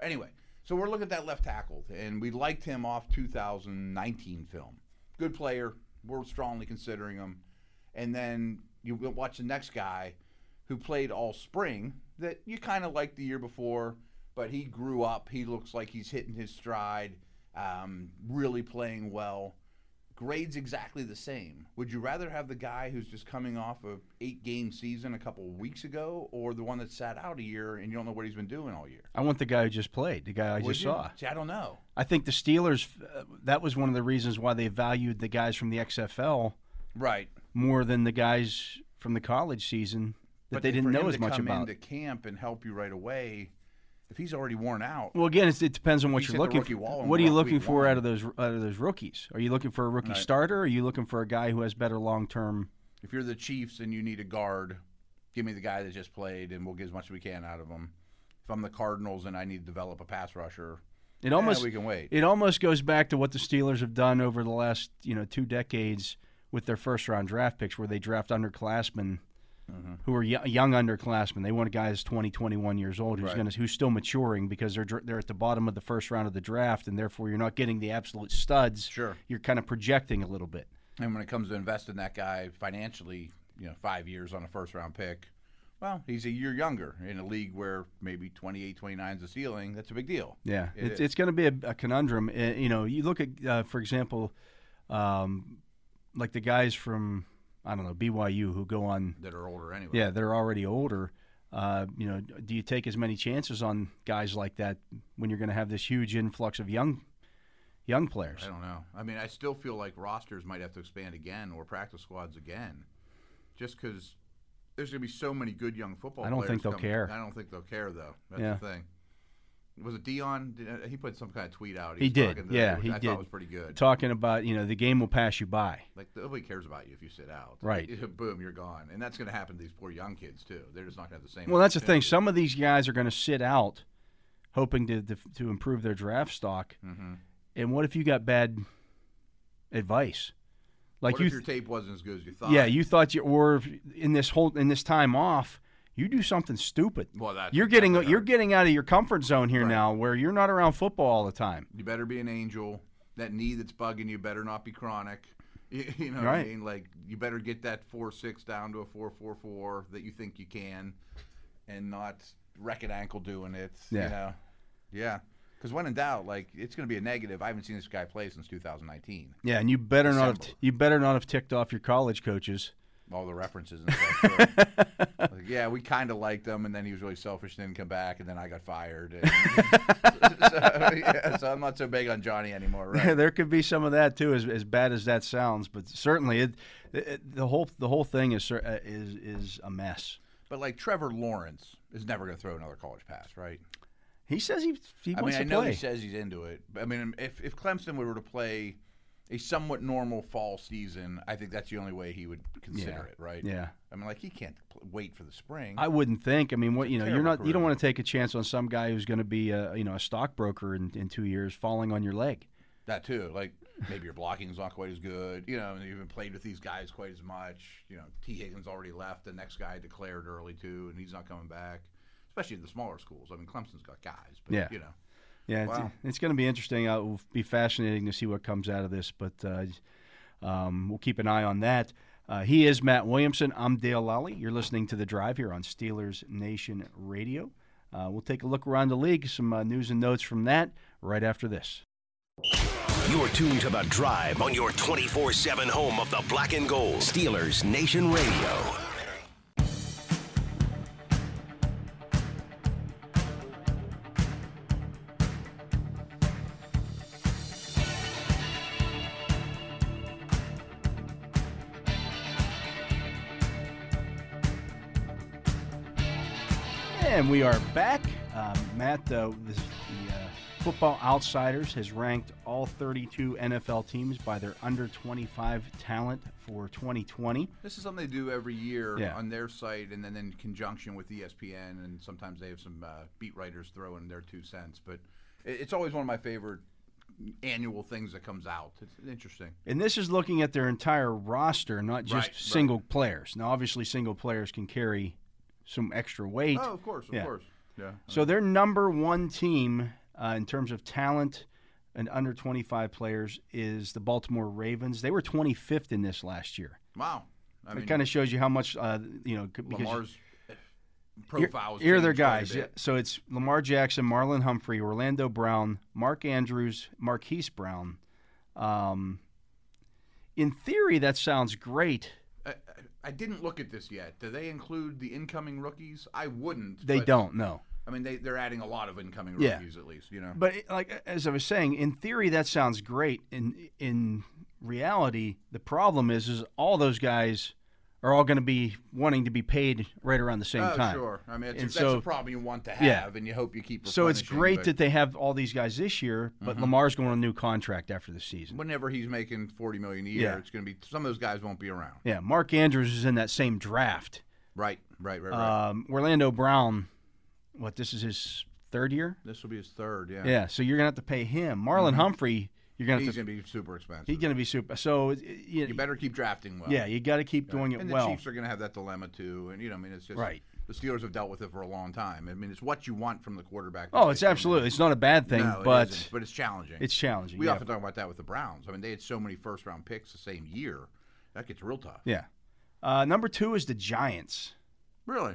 Anyway, so we're looking at that left tackle, and we liked him off 2019 film. Good player. We're strongly considering him. And then you will watch the next guy, who played all spring that you kind of liked the year before, but he grew up. He looks like he's hitting his stride. Um, really playing well grades exactly the same. Would you rather have the guy who's just coming off a eight game season a couple weeks ago, or the one that sat out a year and you don't know what he's been doing all year?
I want the guy who just played, the guy I
Would
just
you?
saw.
See, I don't know.
I think the Steelers, uh, that was one of the reasons why they valued the guys from the XFL
Right,
more than the guys from the college season that they
then
didn't
for
know
him
as
to
much
come
about.
Into camp and help you right away. If he's already worn out,
Well, again, it's, it depends on what
You
you're
said the
looking.
rookie
for.
wall in
What are you
week
looking for
one.
out of those out of those rookies? Are you looking for a rookie
Right.
starter? Or are you looking for a guy who has better long term?
if you're the Chiefs and you need a guard, give me the guy that just played, and we'll get as much as we can out of him. If I'm the Cardinals and I need to develop a pass rusher,
It almost
we can wait.
It almost goes back to what the Steelers have done over the last you know two decades with their first round draft picks, where they draft underclassmen
Mm-hmm.
who are y- young underclassmen. They want guys 20, 21 years old who's going to who's still maturing because they're dr- they're at the bottom of the first round of the draft, and therefore you're not getting the absolute studs.
Sure.
you're kind of projecting a little bit.
and when it comes to investing that guy financially, you know, five years on a first round pick, well, he's a year younger in a league where maybe 28, 29 is the ceiling. That's a big deal.
Yeah,
It
it's,
is.
it's going to be a, a conundrum. Uh, you know, you look at, uh, for example, um, like the guys from I don't know BYU who go on.
That are older anyway.
Yeah, they're already older. Uh, you know, do you take as many chances on guys like that when you're going to have this huge influx of young, young
I
players?
don't know. I mean, I still feel like rosters might have to expand again or practice squads again, just because there's going to be so many good young football.
I don't
players
think they'll
coming-
care.
I don't think they'll care though. That's
Yeah.
the thing. Was it Dion? Did- uh, He put some kind of tweet out.
He
was
did,
talking to-
yeah,
which
he
I
did.
Thought was pretty good.
Talking about you know the game will pass you by.
Like nobody cares about you if you sit out.
Right.
Boom, you're gone, and that's going to happen to these poor young kids too. They're just not going to have the same.
Well, that's the thing.
opportunity.
Some of these guys are going to sit out, hoping to to, to improve their draft stock.
Mm-hmm.
And what if you got bad advice? Like
what
you,
if your tape wasn't as good as you thought?
yeah, you thought you or if- in this whole in this time off, you do something stupid.
Well, that's
you're getting
exactly
you're
right.
getting out of your comfort zone here
Right.
now, where you're not around football all the time.
You better be an angel. That knee that's bugging you better not be chronic. You, you know what I
Right.
mean? Like you better get that four six down to a four four four that you think you can, and not wreck an ankle doing it.
Yeah.
You know? Yeah. Because when in doubt, like it's going to be a negative. I haven't seen this guy play since 2019.
Yeah, and you better not have
December.
you better not have ticked off your college coaches.
all the references and stuff. to it. like, yeah, we kind of liked him, and then he was really selfish and didn't come back, and then I got fired. And so, yeah, so I'm not so big on Johnny anymore, right?
there could be some of that too, as, as bad as that sounds. But certainly, it, it the whole the whole thing is cer- uh, is is a mess.
but like Trevor Lawrence is never going to throw another college pass, right?
He says he he
I
wants
mean, I
to
know
play.
he says he's into it. But I mean, if if Clemson were to play a somewhat normal fall season, I think that's the only way he would consider
Yeah.
it, right?
yeah,
I mean, like he can't pl- wait for the spring.
I wouldn't think. I mean, what you know, you're
terrible
not you don't
career.
want to take a chance on some guy who's going to be a you know a stockbroker in, in two years falling on your leg.
That too. Like maybe your blocking's not quite as good. You know, and you haven't played with these guys quite as much. You know, T. Higgins already left. The next guy declared early too, and he's not coming back. Especially in the smaller schools. I mean, Clemson's got guys, but
Yeah.
you know,
Yeah,
Wow.
it's, it's going to be interesting. Uh, it will be fascinating to see what comes out of this, but uh, um, we'll keep an eye on that. Uh, he is Matt Williamson. I'm Dale Lally. You're listening to The Drive here on Steelers Nation Radio. Uh, we'll take a look around the league, some uh, news and notes from that right after this.
You're tuned to The Drive on your 24 7 home of the black and gold. Steelers Nation Radio.
And we are back. Um, Matt, uh, this, the uh, Football Outsiders has ranked all 32 NFL teams by their under 25 talent for 2020.
this is something they do every year
Yeah.
on their site, and then in conjunction with E ESPN, and sometimes they have some uh, beat writers throw in their two cents. But it, it's always one of my favorite annual things that comes out. It's interesting.
And this is looking at their entire roster, not just
Right, right.
single players. Now, obviously, single players can carry some extra weight.
Oh, of course, of
Yeah.
course. Yeah.
So their number one team uh, in terms of talent and under 25 players is the Baltimore Ravens. They were 25th in this last year.
Wow. I
it kind of shows you how much, uh, you know, c- because
Lamar's
here-
profiles.
here are their
changed quite a
guys.
bit.
Yeah, So it's Lamar Jackson, Marlon Humphrey, Orlando Brown, Mark Andrews, Marquise Brown. Um, in theory, that sounds great.
I, I- I didn't look at this yet. Do they include the incoming rookies? I wouldn't.
They
but-
don't know.
I mean, they they're adding a lot of incoming
Yeah.
rookies at least. You know.
But it- like as I was saying, in theory that sounds great. In in reality, the problem is is all those guys are all going to be wanting to be paid right around the same
Oh,
time.
sure. I mean, it's,
And
that's
so-
a problem you want to have,
Yeah.
and you hope you keep.
So it's
replenishing,
great
but Mm-hmm.
that they have all these guys this year, but Lamar's going on a new contract after the season.
whenever he's making forty million a year,
Yeah.
it's going to be some of those guys won't be around.
Yeah, Mark Andrews is in that same draft.
Right, right, right, right.
Um, Orlando Brown, what this is his third year?
this will be his third. Yeah, Mm-hmm.
Yeah, so you're gonna have to pay him. Marlon Humphrey, you're gonna
he's
have to,
going to be super expensive.
he's gonna be super. So it- it- you,
you better keep drafting well.
yeah, you got to keep doing it
and the
well.
Chiefs are going to have that dilemma too. And you know, I mean, it's just
Right.
The Steelers have dealt with it for a long time. I mean, it's what you want from the quarterback.
oh, it's absolutely it's not a bad thing,
No, it
but
isn't, but it's challenging.
it's challenging.
We
yeah.
often talk about that with the Browns. I mean, they had so many first round picks the same year. That gets real tough.
yeah. Uh, number two is the Giants.
Really?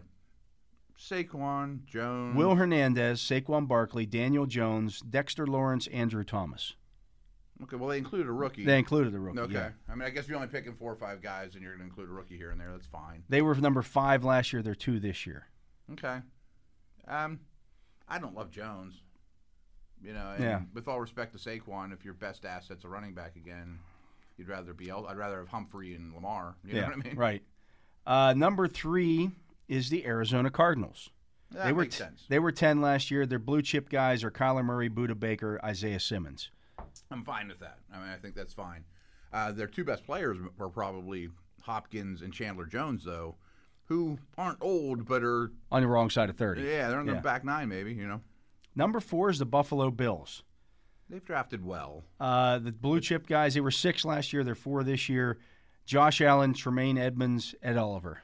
Saquon, Jones.
Will Hernandez, Saquon Barkley, Daniel Jones, Dexter Lawrence, Andrew Thomas.
Okay, well, they included a rookie.
They included the rookie.
okay.
yeah.
I mean, I guess you're only picking four or five guys and you're going to include a rookie here and there. That's fine.
They were number five last year. They're two this year.
Okay. Um, I don't love Jones. You know, and
Yeah.
with all respect to Saquon, if your best asset's a running back again, you'd rather be el- I'd rather have Humphrey and Lamar. You
yeah,
know what I mean?
right. Uh, number three is the Arizona Cardinals.
That
they were
makes
t-
sense.
they were ten last year. Their blue chip guys are Kyler Murray, Buda Baker, Isaiah Simmons.
I'm fine with that. I mean, I think that's fine. Uh, their two best players were probably Hopkins and Chandler Jones, though, who aren't old but are
On the wrong side of thirty.
yeah they're on
Yeah.
their back nine maybe. You know,
Number four is the Buffalo Bills.
they've drafted well.
Uh, the blue chip guys. They were six last year. They're four this year. Josh Allen, Tremaine Edmonds, Ed Oliver.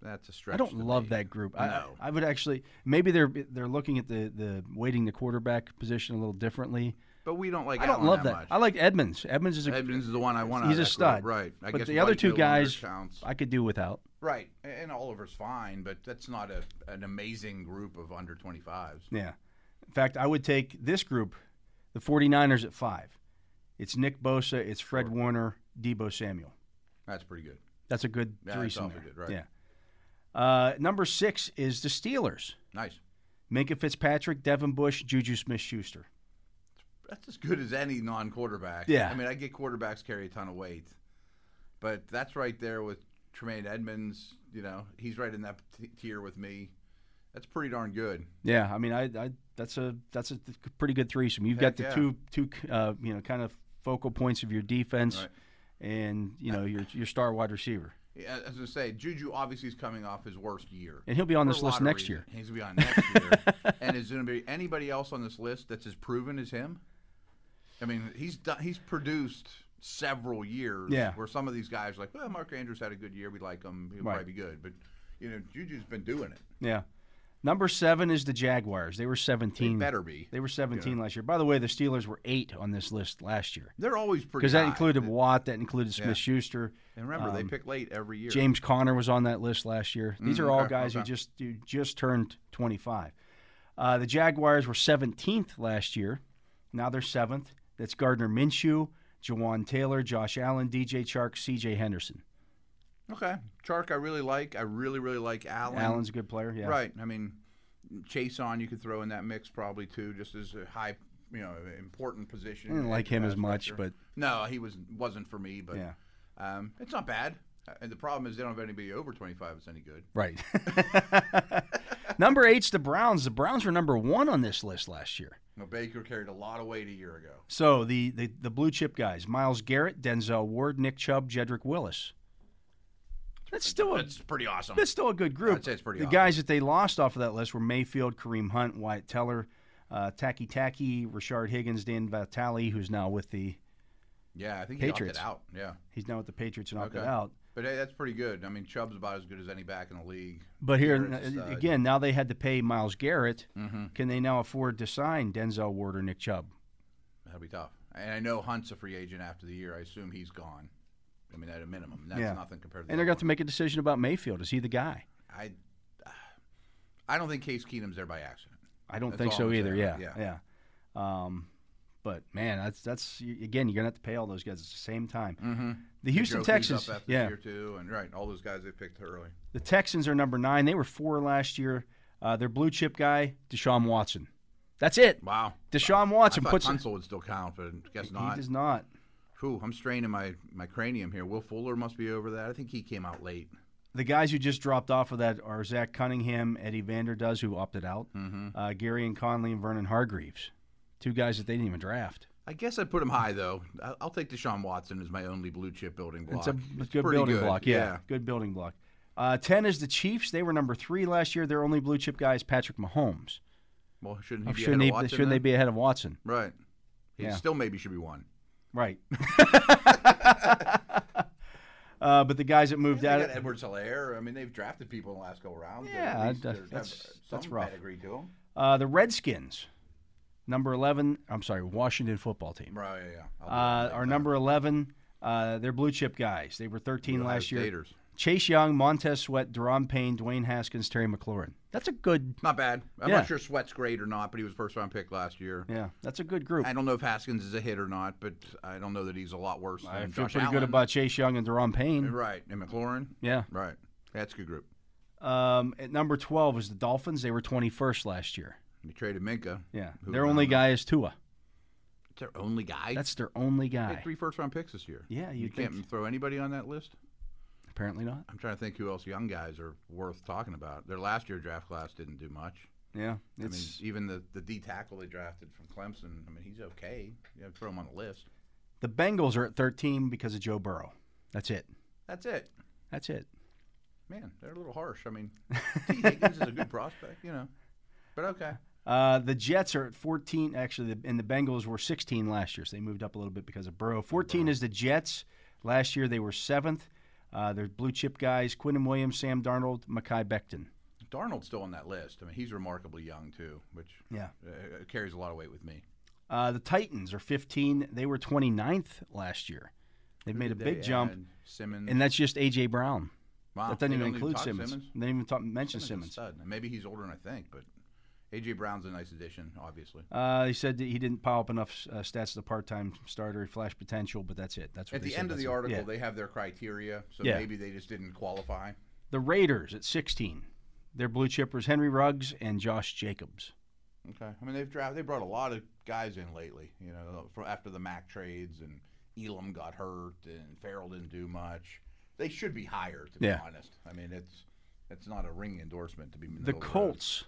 That's a stretch.
I don't
to
love
me.
that group. I,
No.
I would actually maybe they're they're looking at the the weighting the quarterback position a little differently.
but we don't like.
I don't
Allen
love that.
that. much.
I like Edmonds. Edmonds is a
Edmonds is the one I want. out
he's
of
a
that group,
stud,
right? I
but
guess
the other
White
two
Hill under
guys
counts.
I could do without.
right? And Oliver's fine, but that's not a, an amazing group of under twenty fives.
Yeah. In fact, I would take this group, the 49ers at five. It's Nick Bosa, it's Fred Warner, Debo Samuel.
That's pretty good.
That's a good
Yeah, that's
threesome.
awfully
there.
good, right.
Yeah. Uh, number six is the Steelers.
Nice.
Minka Fitzpatrick, Devin Bush, Juju Smith Schuster.
That's as good as any non-quarterback.
Yeah.
I mean, I get quarterbacks carry a ton of weight, but that's right there with Tremaine Edmonds. You know, he's right in that t- tier with me. That's pretty darn good.
Yeah, I mean, I, I that's a that's a th- pretty good threesome. You've got
Heck
the
yeah.
two two uh, you know kind of focal points of your defense,
Right.
and you know your your star wide receiver,
Yeah, As I was gonna say, Juju obviously is coming off his worst year.
and he'll be on
For a
this list
lot of
next year.
reasons. He's gonna be on next year. and is there gonna be anybody else on this list that's as proven as him? I mean, he's done, he's produced several years.
Yeah.
Where some of these guys are like, well, Mark Andrews had a good year. We like him. He'll
Right.
probably be good. But you know, Juju's been doing it.
Yeah. Number seven is the Jaguars. They were 17.
They better be.
They were 17 last year. By the way, the Steelers were eight on this list last year
They're always pretty
because that
high.
included Watt, that included Um, Smith Schuster.
And remember, they pick late every year.
James Conner was on that list last year. These are all
Mm, okay,
guys who
okay.
just who just turned 25. Uh, the Jaguars were 17th last year. Now they're seventh. That's Gardner Minshew, Jawan Taylor, Josh Allen, DJ Chark, CJ Henderson.
Okay, Chark, I really like. I really, really like Allen.
Allen's a good player. Yeah.
right. I mean, Chase on you could throw in that mix probably too, just as a high, you know, important position.
I didn't like him as much,
Passer.
but-
no, he was wasn't for me. But
Yeah.
um, it's not bad. Uh, And the problem is they don't have anybody over twenty five that's any good.
Right. number eight's the Browns. The Browns were number one on this list last year.
You know, Baker carried a lot of weight a year ago.
So the, the, the blue chip guys, Miles Garrett, Denzel Ward, Nick Chubb, Jedrick Willis. That's still a
That's Oh, pretty awesome.
that's still a good group.
I'd say it's pretty
the
obvious.
guys that they lost off of that list were Mayfield, Kareem Hunt, Wyatt Teller, uh, Tacky Tacky, Rashard Higgins, Dan Vitale, who's now with the
yeah, I think
Patriots.
he opted out. Yeah,
he's now with the Patriots and opted
Okay.
out.
but hey, that's pretty good. I mean, Chubb's about as good as any back in the league.
But here uh,
Garrett's a stud.
again, now they had to pay Miles Garrett.
Mm-hmm.
Can they now afford to sign Denzel Ward or Nick Chubb?
That'll be tough. And I know Hunt's a free agent after the year. I assume he's gone. I mean, at a minimum, that's
Yeah.
nothing compared to.
And
the
they're going to
other
make a decision about Mayfield. Is he the guy?
one. I, I don't think Case Keenum's there by accident.
I don't
That's
think
all
so
I'm
either.
saying,
Yeah,
right?
yeah. Um, but man, that's that's you- again, you're going to have to pay all those guys at the same time. Mm-hmm. The Houston
Joki's
Texans,
up after
yeah,
this year too, and right, all those guys they picked early.
the Texans are number nine. They were four last year. Uh, their blue chip guy, Deshaun Watson. That's it.
Wow.
Deshaun
I
Watson
thought
puts.
Tunsil would still count, but I guess
he
not.
does not.
Whew, I'm straining my, my cranium here. Will Fuller must be over that. I think he came out late.
The guys who just dropped off of that are Zach Cunningham, Eddie Vander Does, who opted out,
Mm-hmm.
uh, Gary and Conley, and Vernon Hargreaves. Two guys that they didn't even draft.
I guess I'd put him high though. I- I'll take Deshaun Watson as my only blue chip building block.
It's a it's good
pretty
building
good,
block. Yeah, good building block. Uh, Ten is the Chiefs. They were number three last year. Their only blue chip guy is Patrick Mahomes.
Well, shouldn't he be
shouldn't
ahead
they,
of Watson?
shouldn't they
then?
be ahead of Watson?
Right. He
Yeah.
still maybe should be one.
Right. uh, but the guys that moved
They
out.
got Edwards Hilaire. I mean, they've drafted people in the last go round. They
Yeah,
at least-
that-
they have
that's-
some
that's rough.
pedigree to 'em.
Uh, the Redskins, number 11, I'm sorry, Washington football team,
Right, yeah, yeah. I'll do
uh,
that.
are number 11. Uh, they're blue chip guys. They were 13
Ohio
last year.
Staters.
Chase Young, Montez Sweat, Deron Payne, Dwayne Haskins, Terry McLaurin. That's a good,
Not bad. I'm
Yeah.
not sure Sweat's great or not, but he was first round pick last year.
yeah, that's a good group.
I don't know if Haskins is a hit or not, but I don't know that he's a lot worse than
I feel
Josh
pretty good
Allen.
about Chase Young and Deron Payne.
Right, and McLaurin.
Yeah.
Right. That's a good group.
Um, at number 12 is the Dolphins. They were 21st last year.
They traded Minka.
Yeah.
Who
their
I
only
don't know.
guy is Tua.
Their only guy.
That's their only
They
guy.
had three first round picks this year.
Yeah,
you
you'd think-
can't throw anybody on that list.
Apparently not.
I'm trying to think who else young guys are worth talking about. Their last year draft class didn't do much.
Yeah.
I mean,
It's
even the, the D tackle they drafted from Clemson, I mean, he's okay. You have to throw him on the list.
the Bengals are at 13 because of Joe Burrow. That's it.
That's it.
That's it.
Man, they're a little harsh. I mean, T. Higgins is a good prospect, you know. But okay.
Uh, the Jets are at 14, actually, the, and the Bengals were 16 last year, so they moved up a little bit because of Burrow. 14 is the Jets. Last year they were seventh. Uh, their blue chip guys: Quinton Williams, Sam Darnold, Makai Becton.
Darnold's still on that list. I mean, he's remarkably young, too, which
Yeah.
uh, carries a lot of weight with me.
Uh, the Titans are 15. They were 29th last year. They've made a
They
big jump,
add Simmons.
and that's just AJ Brown.
Wow,
that doesn't
they
even
don't
include
talk
Simmons. They didn't even talk, mention
Simmons is a
Simmons.
stud. And Maybe he's older than I think, but A.J. Brown's a nice addition, obviously.
Uh, he said that he didn't pile up enough uh, stats as a part-time starter. He flashed potential, but that's it. That's what
At
they
the
said.
end of
That's
the
it.
article,
Yeah.
they have their criteria, so
Yeah.
maybe they just didn't qualify.
The Raiders at 16. Their blue chippers Henry Ruggs and Josh Jacobs.
Okay. I mean, they've drafted. They brought a lot of guys in lately. You know, for, after the Mac trades and Elam got hurt and Farrell didn't do much. They should be higher, to
Yeah.
be honest. I mean, it's it's not a ringing endorsement to be middle
The
of road.
Colts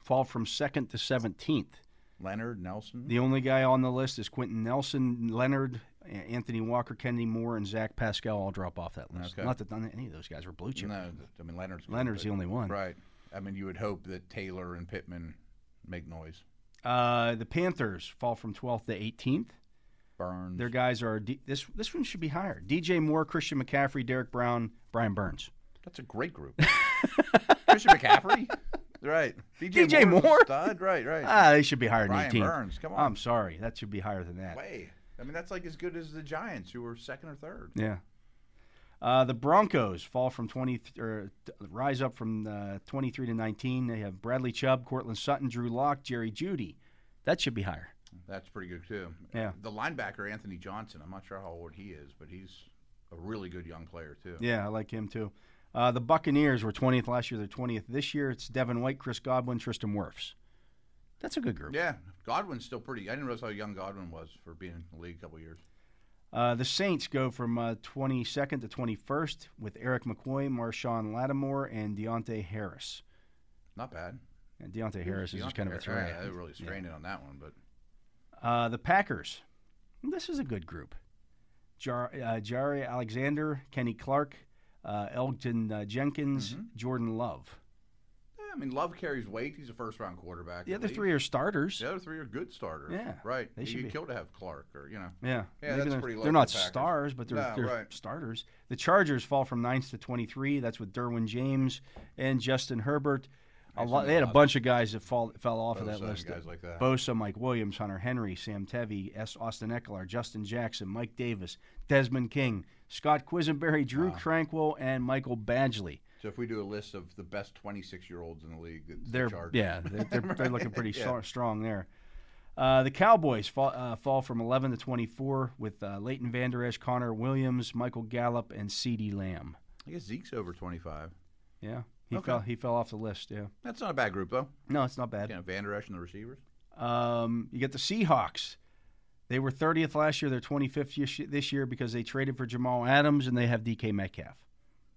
fall from second to 17th.
Leonard Nelson.
The only guy on the list is Quentin Nelson, Leonard, A- Anthony Walker, Kennedy Moore, and Zach Pascal all drop off that list.
Okay.
Not that none, any of those guys were blue chip.
no, th- I mean Leonard's good,
Leonard's the
but-
only one.
Right. I mean, you would hope that Taylor and Pittman make noise.
Uh, the Panthers fall from 12th to 18th.
Burns.
Their guys are D- this. This one should be higher. DJ Moore, Christian McCaffrey, Derek Brown, Brian Burns.
That's a great group. Christian McCaffrey. Right.
DJ
Moore's a
Moore?
Stud. Right. Right.
Ah, they should be higher than
Brian
18th.
Burns, come
I'm
on.
sorry, that should be higher than that.
way. I mean, that's like as good as the Giants, who were second or third.
Yeah. Uh, the Broncos fall from 20 th- or t- rise up from uh, 23 to 19. They have Bradley Chubb, Cortland Sutton, Drew Lock, Jerry Judy. That should be higher.
That's pretty good too.
Yeah.
The linebacker Anthony Johnson. I'm not sure how old he is, but he's a really good young player too.
Yeah, I like him too. Uh, the Buccaneers were 20th last year. They're 20th this year. It's Devin White, Chris Godwin, Tristan Wirfs. That's a good group.
Yeah. Godwin's still pretty. I didn't realize how young Godwin was for being in the league a couple years.
Uh, the Saints go from uh, 22nd to 21st with Eric McCoy, Marshawn Lattimore, and Deontay Harris.
Not bad.
And Deontay Harris is just kind of a threat.
Yeah, they really strained it on that one, but
Uh, the Packers. This is a good group. Jar, uh, Jari Alexander, Kenny Clark, uh, Elgin uh, Jenkins, Jordan Love.
yeah, I mean, Love carries weight. He's a first round quarterback.
The
at
other
least.
three are starters.
The other three are good starters.
Yeah,
Right.
they
They
should
should
be.
kill to have Clark or you know.
Yeah,
Yeah,
Maybe
that's
they're,
pretty low
They're
for
not
the Packers.
stars, but they're,
No,
they're
right.
starters. The Chargers fall from ninth to twenty-three. That's with Derwin James and Justin Herbert. A lot, they had a bunch of guys that fall, fell off of that
Bosa,
list.
guys like that.
Bosa, Mike Williams, Hunter Henry, Sam Tevy, S. Austin Eckler, Justin Jackson, Mike Davis, Desmond King, Scott Quisenberry, Drew Tranquil, and Michael Badgley.
So if we do a list of the best 26 year olds in the league, it's the
They're
Chargers.
yeah, they're, they're, they're looking pretty star- strong there. Uh, the Cowboys fall, uh, fall from 11 to 24 with uh, Leighton Vander Esch, Connor Williams, Michael Gallup, and C.D. Lamb.
I guess Zeke's over 25.
Yeah, he
Okay.
fell he fell off the list. Yeah,
That's not a bad group though.
no, it's not bad.
You know, Van Der Esch and the receivers.
Um, you get the Seahawks. They were 30th last year. They're 25th this year- this year because they traded for Jamal Adams and they have DK Metcalf.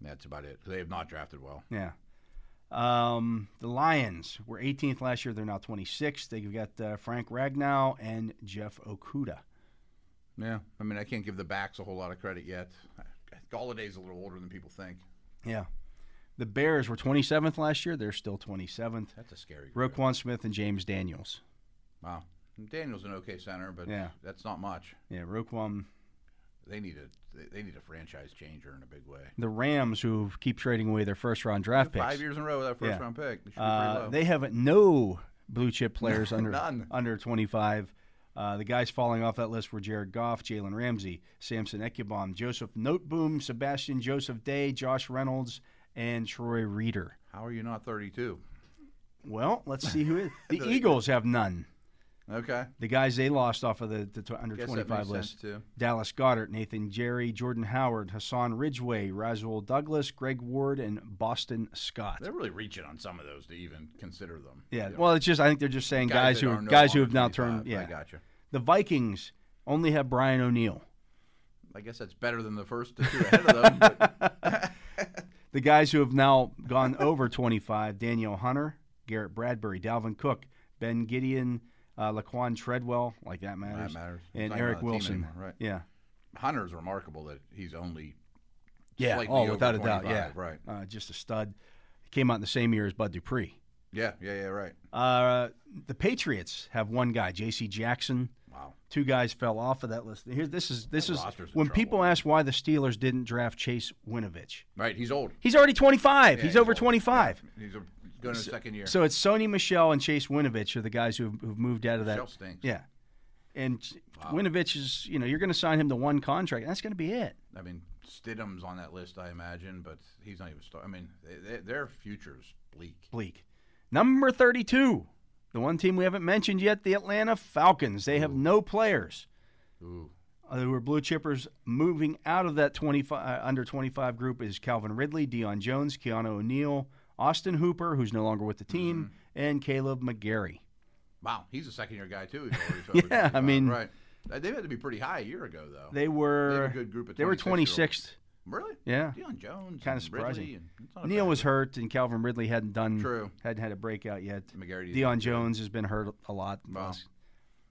That's about it. They have not drafted well.
Yeah. Um, the Lions were 18th last year. They're now 26th. They've got uh, Frank Ragnow and Jeff Okuda.
Yeah, I mean, I can't give the backs a whole lot of credit yet. Galladay's a little older than people think.
Yeah. The Bears were 27th last year. They're still 27th.
That's a scary. group.
Roquan Smith and James Daniels.
Wow. Daniel's an okay center, but
Yeah.
that's not much.
Yeah, Roquan.
They need a they- they need a franchise changer in a big way.
The Rams, who keep trading away their first round draft picks.
Five years in a row with that first
Yeah.
round pick. They should be pretty
Uh,
low.
they have no blue chip players under
None.
under 25. Uh, the guys falling off that list were Jared Goff, Jalen Ramsey, Samson Ekubom, Joseph Noteboom, Sebastian Joseph Day, Josh Reynolds, and Troy Reader.
How are you not 32?
Well, let's see who is. The Eagles have none.
Okay.
The guys they lost off of the, the tw- under
Guess that
25
makes
list.
sense too.
Dallas Goddard, Nathan Jerry, Jordan Howard, Hassan Ridgeway, Roswell Douglas, Greg Ward, and Boston Scott.
They're really reaching on some of those to even consider them.
Yeah,
You know,
well, it's just I think they're just saying guys,
that
who
are no
guys who
longer
have now
25.
turned. Yeah,
I gotcha.
the Vikings only have Brian O'Neill.
I guess that's better than the first two ahead of them. But
The guys who have now gone over 25: Daniel Hunter, Garrett Bradbury, Dalvin Cook, Ben Gideon, uh, Laquan Treadwell. Like that matters.
matters. He's
And
not even
Eric
on the team
Wilson.
anymore, right.
Yeah.
Hunter's remarkable that he's only
Yeah.
slightly
oh,
over
without a doubt. Yeah.
25, right.
Uh, just a stud. Came out in the same year as Bud Dupree.
yeah, yeah, yeah, right.
Uh, the Patriots have one guy, J.C. Jackson.
Wow.
Two guys fell off of that list. Here, this is this
That
is
roster's in
when
trouble.
people ask why the Steelers didn't draft Chase Winovich.
Right, he's old.
He's already 25.
Yeah,
he's over
old.
25.
Yeah, He's a, going to his second year.
So it's Sony Michelle and Chase Winovich are the guys who've, who've moved out of that.
Michel stinks.
Yeah. And Winovich is, you know, you're going to sign him to one contract. That's going to be it.
I mean, Stidham's on that list, I imagine, but he's not even start. I mean, they, they, their future's bleak.
Bleak. Number 32, the one team we haven't mentioned yet, the Atlanta Falcons. They have no players.
Ooh,
Uh, There were blue chippers moving out of that 25 uh, under 25 group is Calvin Ridley, Deion Jones, Keanu O'Neill, Austin Hooper, who's no longer with the team,
Mm-hmm.
and Caleb McGarry.
wow, he's a second year guy too. He's already over
Yeah, I
25,
mean-
right? Uh, They had to be pretty high a year ago, though.
They
They
were
had a good group of
they were
26
26th.
really?
Yeah.
Deion Jones,
Kinda
and
surprising.
Ridley, and it's not a
Neil
bad
was
group.
hurt, and Calvin Ridley hadn't done
True.
hadn't had a breakout yet.
McGarry did.
Deion Jones has been hurt a lot.
Wow.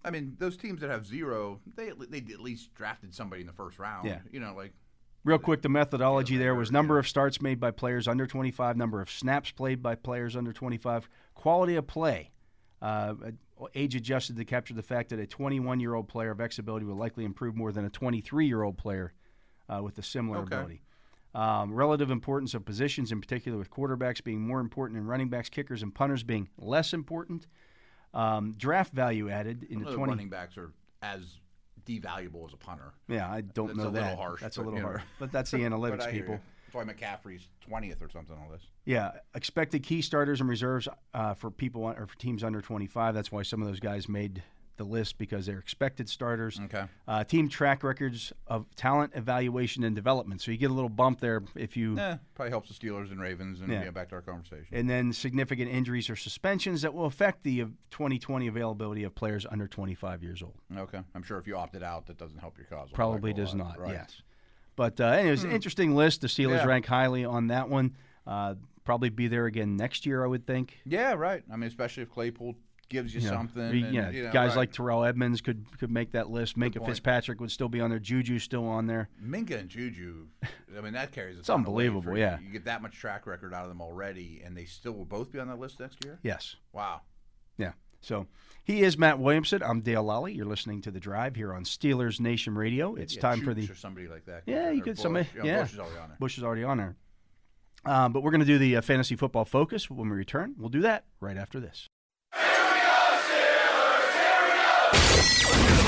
I mean, those teams that have zero, they at le- they at least drafted somebody in the first round.
Yeah.
you know, like
Real quick, the methodology
Yeah,
there was
yeah.
number of starts made by players under 25, number of snaps played by players under 25, quality of play, uh, age adjusted to capture the fact that a 21 year old player of X ability will likely improve more than a 23 year old player uh, with a similar
Okay.
ability. Um, relative importance of positions, in particular with quarterbacks being more important and running backs, kickers, and punters being less important. Um, draft value added in the
the
20.
running backs are as devaluable as a punter.
Yeah, I don't
That's
know
a
that.
little harsh,
that's a
but,
little
you know.
harsh, but that's the
But
analytics
I hear
people.
you. That's why McCaffrey's twentieth or something on this.
Yeah, expected key starters and reserves uh, for people on- or for teams under 25. That's why some of those guys made the list because they're expected starters.
Okay.
Uh, team track records of talent evaluation and development. So you get a little bump there if you.
Yeah, probably helps the Steelers and Ravens, and
Yeah.
yeah, back to our conversation.
And then significant injuries or suspensions that will affect the uh, 2020 availability of players under 25 years old.
okay, I'm sure if you opted out, that doesn't help your cause. a
Probably
heck of a
does
lot.
not.
Right. Hmm.
Yes, but uh, anyways, interesting list. The Steelers
Yeah.
rank highly on that one. Uh, probably be there again next year, I would think.
Yeah, right. I mean, especially if Claypool gives you
you know,
something.
re-
and,
yeah,
you know,
guys
right.
like Terrell Edmonds could could make that list. Minka
point.
Fitzpatrick would still be on there. Juju's still on there.
Minka and Juju. I mean, that carries. It's
unbelievable, yeah.
you get that much track record out of them already, and they still will both be on that list next year.
Yes.
Wow.
Yeah. So he is Matt Williamson. I'm Dale Lally. You're listening to the Drive here on Steelers Nation Radio. It's
Yeah,
time for
Jukes
the
or somebody like that.
yeah. You
Or
could
Bush.
somebody yeah.
Bush is already on there.
Bush is already on there. Um, but we're going to do the uh, fantasy football focus when we return. We'll do that right after this.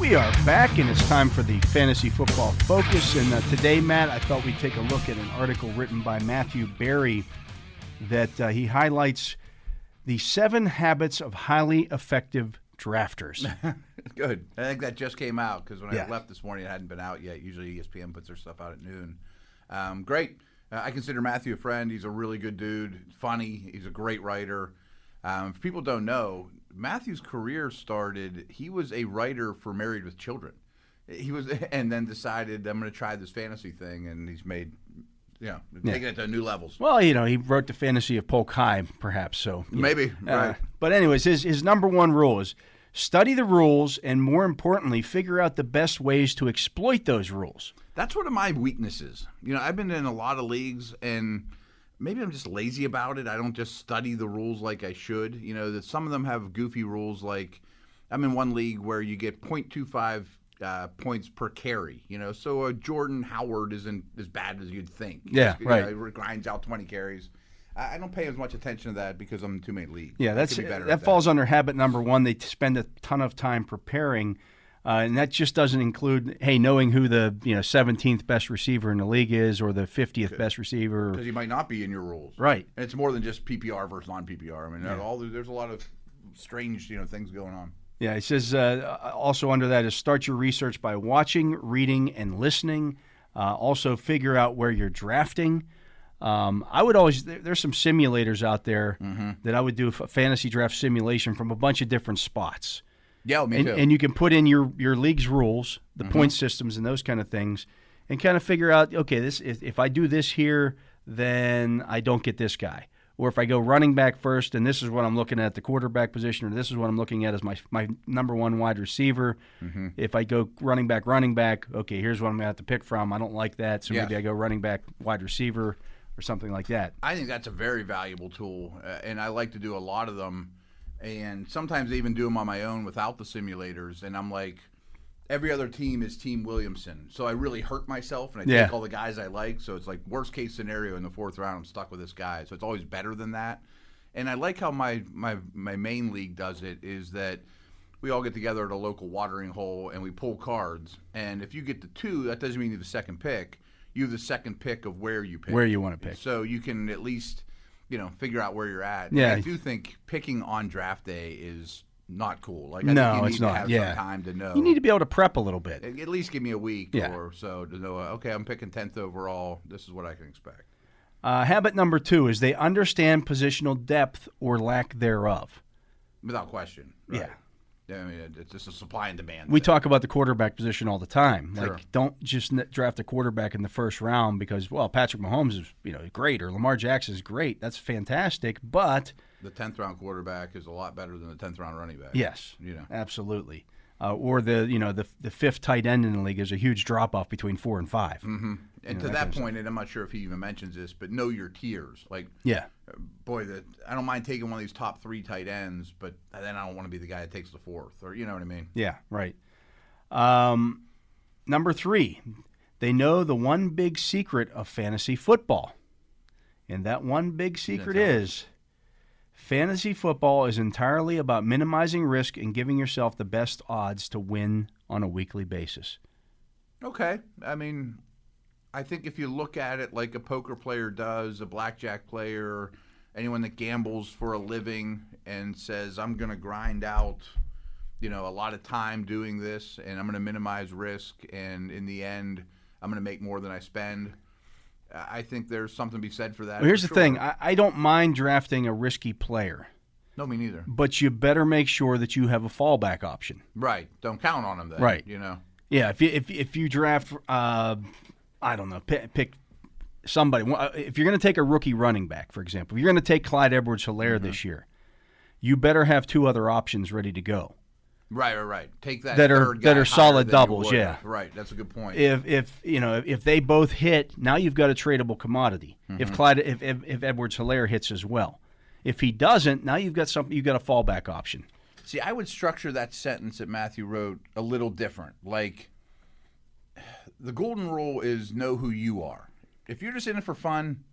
We are back, and it's time for the Fantasy Football Focus. And uh, today, Matt, I thought we'd take a look at an article written by Matthew Barry that uh, he highlights the seven habits of highly effective drafters.
Good. I think that just came out because when
Yeah.
I left this morning, it hadn't been out yet. Usually E ESPN puts their stuff out at noon. Um, great. Uh, I consider Matthew a friend. He's a really good dude, funny. He's a great writer. Um, if people don't know, Matthew's career started, he was a writer for Married with Children. He was, and then decided, I'm going to try this fantasy thing, and he's made, you know, taking it to new levels.
well, you know, he wrote the Fantasy of Polk High, perhaps. So you know.
Maybe,
Uh,
right.
But anyways, his his number one rule is study the rules, and more importantly, figure out the best ways to exploit those rules.
That's one of my weaknesses. You know, I've been in a lot of leagues and maybe I'm just lazy about it. I don't just study the rules like I should. You know, that some of them have goofy rules like I'm in one league where you get 0.25 uh, points per carry, you know. So a Jordan Howard isn't as bad as you'd think.
Yeah,
You
right.
know, he grinds out 20 carries. I I don't pay as much attention to that because I'm in too many leagues.
Yeah,
I
that's
could be better
that,
at
falls under habit number one. They spend a ton of time preparing, uh, and that just doesn't include hey knowing who the you know seventeenth best receiver in the league is or the fiftieth best receiver.
because you might not be in your rules.
Right.
And it's more than just PPR versus non PPR. I mean, all there's a lot of strange, you know, things going on.
Yeah, it says uh, also under that is start your research by watching, reading, and listening. Uh, also, figure out where you're drafting. Um, I would always there, there's some simulators out there
Mm-hmm.
that I would do a fantasy draft simulation from a bunch of different spots,
Yeah, me
and,
too.
and you can put in your your league's rules, the point systems, and those kind of things, and kind of figure out okay, this if, if I do this here, then I don't get this guy. Or if I go running back first, and this is what I'm looking at the quarterback position, or this is what I'm looking at as my my number one wide receiver. If I go running back, running back, okay, here's what I'm gonna have to pick from. I don't like that, so maybe
Yes.
I go running back, wide receiver, or something like that.
I think that's a very valuable tool, uh, and I like to do a lot of them. And sometimes I even do them on my own without the simulators. And I'm like, every other team is Team Williamson, so I really hurt myself, and I
Yeah.
take all the guys I like. So it's like worst case scenario in the fourth round, I'm stuck with this guy. So it's always better than that. And I like how my my my main league does it is that we all get together at a local watering hole and we pull cards. And if you get the two, that doesn't mean you have the second pick. You have the second pick of where you pick.
Where you wanna pick.
So you can at least, you know, figure out where you're at.
Yeah.
And I do think picking on draft day is not cool. Like, I
No,
think you
it's
need
not.
To have
Yeah.
some time to know.
You need to be able to prep a little bit.
at at least give me a week
Yeah.
or so to know. uh, Okay, I'm picking tenth overall. This is what I can expect.
Uh, habit number two is they understand positional depth or lack thereof.
Without question. right?
Yeah.
I mean, it- it's just a supply and demand.
We
thing.
talk about the quarterback position all the time.
Sure.
Like, don't just n- draft a quarterback in the first round because, well, Patrick Mahomes is you know great or Lamar Jackson is great. That's fantastic, but
the tenth round quarterback is a lot better than the tenth round running back.
yes,
You know.
absolutely. Uh, or the you know the the fifth tight end in the league is a huge drop off between four and 5
Mm-hmm. And to that point, and I'm not sure if he even mentions this, but know your tiers. Like,
Yeah,
boy, that I don't mind taking one of these top three tight ends, but then I don't want to be the guy that takes the fourth, or you know what I mean.
yeah, right. Um, number three, they know the one big secret of fantasy football, and that one big secret is. Fantasy football is entirely about minimizing risk and giving yourself the best odds to win on a weekly basis.
Okay, I mean, I think if you look at it like a poker player does, a blackjack player, anyone that gambles for a living and says, "I'm going to grind out." You know, a lot of time doing this, and I'm going to minimize risk, and in the end, I'm going to make more than I spend. I I think there's something to be said for that.
Well, here's the
for
thing
sure.
I, I don't mind drafting a risky player,
no, me neither.
but you better make sure that you have a fallback option.
Right. Don't count on them then.
Right.
You know.
Yeah, if you, if, if you draft, uh, I don't know, pick, pick somebody. Well, uh, If you're going to take a rookie running back, for example, if you're going to take Clyde Edwards Hilaire
Mm-hmm.
this year, you better have two other options ready to go.
Right, right, right. Take that
That are-
third
that
guy
are
higher
solid
than you
doubles,
would.
yeah.
Right. That's a good point.
if if you know if they both hit, now you've got a tradable commodity.
Mm-hmm.
If Clyde, if, if if Edwards Hilaire hits as well, if he doesn't, now you've got something. You've got a fallback option.
See, I would structure that sentence that Matthew wrote a little different. Like, the golden rule is know who you are. If you're just in it for fun,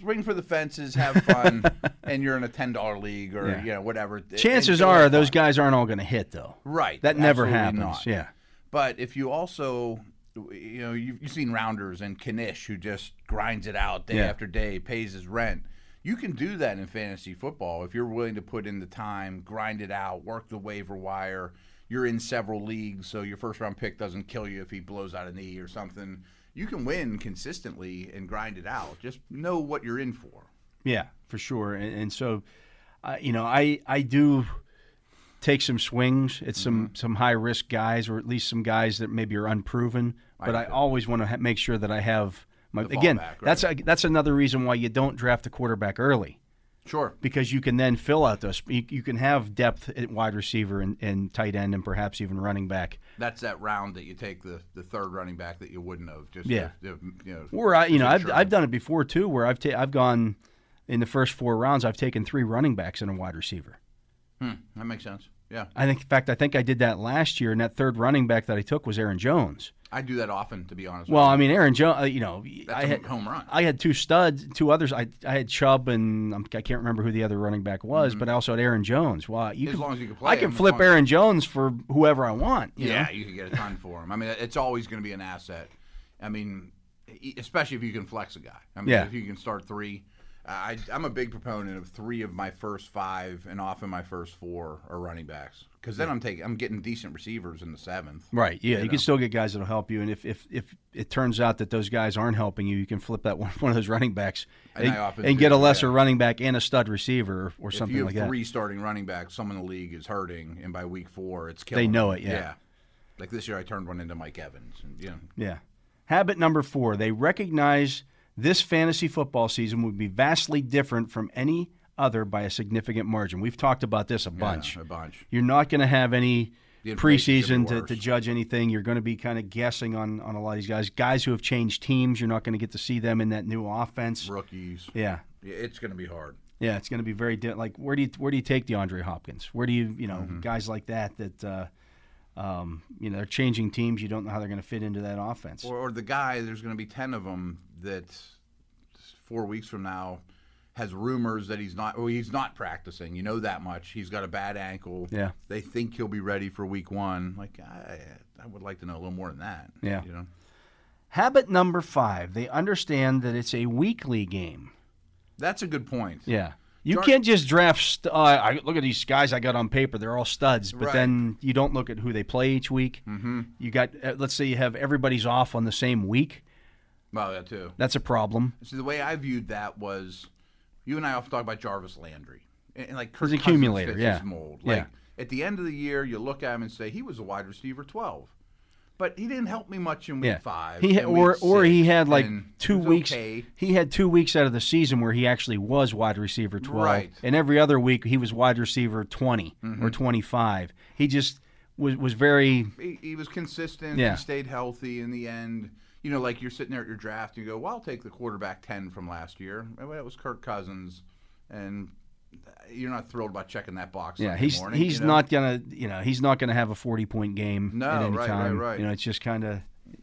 swing for the fences, have fun, and you're in a ten dollar league or you know whatever.
Chances
enjoy
are
it.
those guys aren't all going to hit though.
Right.
That never
Absolutely
happens.
not.
Yeah.
But if you also, you know, you've, you've seen rounders and Kanish who just grinds it out day
Yeah.
after day, pays his rent. You can do that in fantasy football if you're willing to put in the time, grind it out, work the waiver wire. You're in several leagues, so your first round pick doesn't kill you if he blows out a knee or something. You can win consistently and grind it out. Just know what you're in for.
Yeah, for sure. And, and so, uh, you know, I I do take some swings at some
Mm-hmm.
some high risk guys, or at least some guys that maybe are unproven. But I, always want to ha- make sure that I have my again.
fallback, right.
That's a, that's another reason why you don't draft a quarterback early
Sure.
because you can then fill out those. You, you can have depth at wide receiver and, and tight end, and perhaps even running back.
That's that round that you take the, the third running back that you wouldn't have. Just
Yeah.
to- to, you know,
Or I, you know, I've
Sure.
I've done it before too, where I've ta- I've gone in the first four rounds, I've taken three running backs and a wide receiver.
that makes sense. Yeah,
I think, in fact, I think I did that last year, and that third running back that I took was Aaron Jones.
I do that often, to be honest.
Well, I
with
mean, Aaron Jones, uh, you know,
you. that's
I
a
had
home run.
I had two studs, two others. I I had Chubb, and I'm, I can't remember who the other running back was, but I also had Aaron Jones. Wow, you
Mm-hmm. As
can,
long as you can play
I can
him, as
flip
long as-
Aaron Jones for whoever I want. you
yeah,
know?
you could get a ton for him. I mean, it's always going to be an asset. I mean, e- especially if you can flex a guy. I mean,
Yeah.
if you can start three. I, I'm a big proponent of three of my first five, and often my first four are running backs, because then I'm taking I'm getting decent receivers in the seventh.
Right. Yeah, you, can still get guys that'll help you, and if, if if it turns out that those guys aren't helping you, you can flip that one one of those running backs
And I often
and get
do,
a lesser
yeah.
running back and a stud receiver or, or something
if you
like
have
that.
three starting running backs, someone in the league is hurting, and by week four, it's
They
killing.
know
them.
it, yeah.
Like this year, I turned one into Mike Evans, and you know,
Yeah. Habit number four they recognize this fantasy football season would be vastly different from any other by a significant margin. We've talked about this a bunch.
yeah, a bunch.
You're not going to have any
The inflation's gonna
preseason
be
to,
worse.
to judge anything. You're going to be kind of guessing on, on a lot of these guys. Guys who have changed teams, you're not going to get to see them in that new offense.
Rookies,
Yeah.
Yeah, it's going to be hard.
Yeah, it's going to be very di- like where do you where do you take DeAndre Hopkins? Where do you you know
Mm-hmm.
guys like that that uh, um, you know they're changing teams? You don't know how they're going to fit into that offense.
Or, or the guy, there's going to be 10 of them that four weeks from now has rumors that he's not, well, he's not practicing. You know that much. He's got a bad ankle.
Yeah.
They think he'll be ready for week one. Like, I, I would like to know a little more than that.
Yeah.
You know,
Habit number five, they understand that it's a weekly game.
that's a good point.
Yeah. You
Jar-
can't just draft. St- uh, I look at these guys I got on paper; they're all studs. But
Right.
then you don't look at who they play each week. Mm-hmm. You got, uh, let's say, you have everybody's off on the same week.
Well, that too.
That's a problem.
So the way I viewed that was, you and I often talk about Jarvis Landry and, and like Kirk
an
Cousins
accumulator,
fits
yeah.
his mold.
Yeah.
Like at the end of the year, you look at him and say he was a wide receiver twelve, but he didn't help me much in week
Yeah.
five.
He ha-
and
or
week
or he
six,
had like
and it
two
was
weeks.
okay.
He had two weeks out of the season where he actually was wide receiver twelve,
Right. Mm-hmm.
and every other week he was wide receiver 20 or twenty five. He just was was very
He, he was consistent.
Yeah.
He stayed healthy in the end. You know, like you're sitting there at your draft and you go, "Well, I'll take the quarterback ten from last year." And well, it was Kirk Cousins, and uh, you're not thrilled about checking that box.
Yeah,
Sunday
he's
morning,
he's
you know?
not gonna you know he's not gonna have a forty point game
No,
at any
right, right,
time.
right.
You know, it's just kind of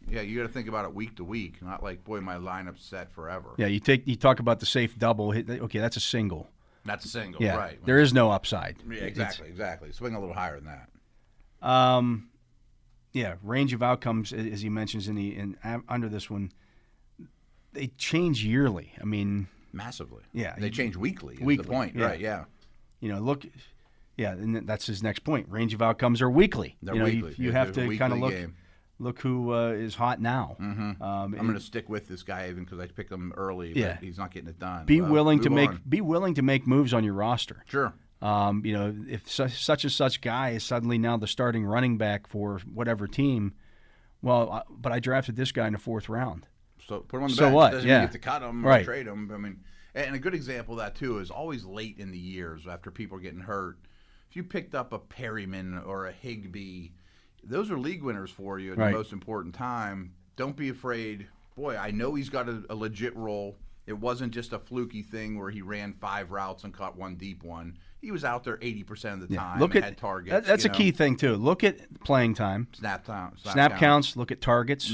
Yeah, you got to think about it week to week, not like, boy, my lineup's set forever.
yeah. You take you talk about the safe double. hit Okay, that's a single.
That's a single,
Yeah,
right?
there is no upside.
Yeah, exactly, exactly. Swing a little higher than that.
Um, yeah, range of outcomes a- as he mentions in the in a- under this one, they change yearly. I mean,
Massively.
Yeah,
They
you-
change weekly. Is
weekly,
the point,
yeah.
right? Yeah.
you know, look, yeah, and th- that's his next point. Range of outcomes are weekly.
They're
you know,
weekly.
you, you
It's
have
a
to
weekly
kind of look
game. Mm-hmm.
look who uh, is hot now. Um,
I'm going to stick with this guy even because I picked him early.
Yeah.
But he's not getting it done.
be
Well,
willing to
move
make
on.
be willing to make moves on your roster.
Sure.
Um, you know, if su- such and such guy is suddenly now the starting running back for whatever team, well, I, but I drafted this guy in the fourth round.
So put him on the
So
bench.
what?
Doesn't
Yeah.
mean you have to cut him
Right.
or trade him. I mean, and a good example of that too is always late in the years after people are getting hurt. If you picked up a Perryman or a Higby, those are league winners for you at
Right.
the most important time. Don't be afraid. Boy, I know he's got a, a legit role. It wasn't just a fluky thing where he ran five routes and caught one deep one. He was out there eighty percent of the time.
Look
and
at
had targets.
that- that's
you
a
know.
key thing too. Look at playing time,
snap time,
snap, counts. Look at targets.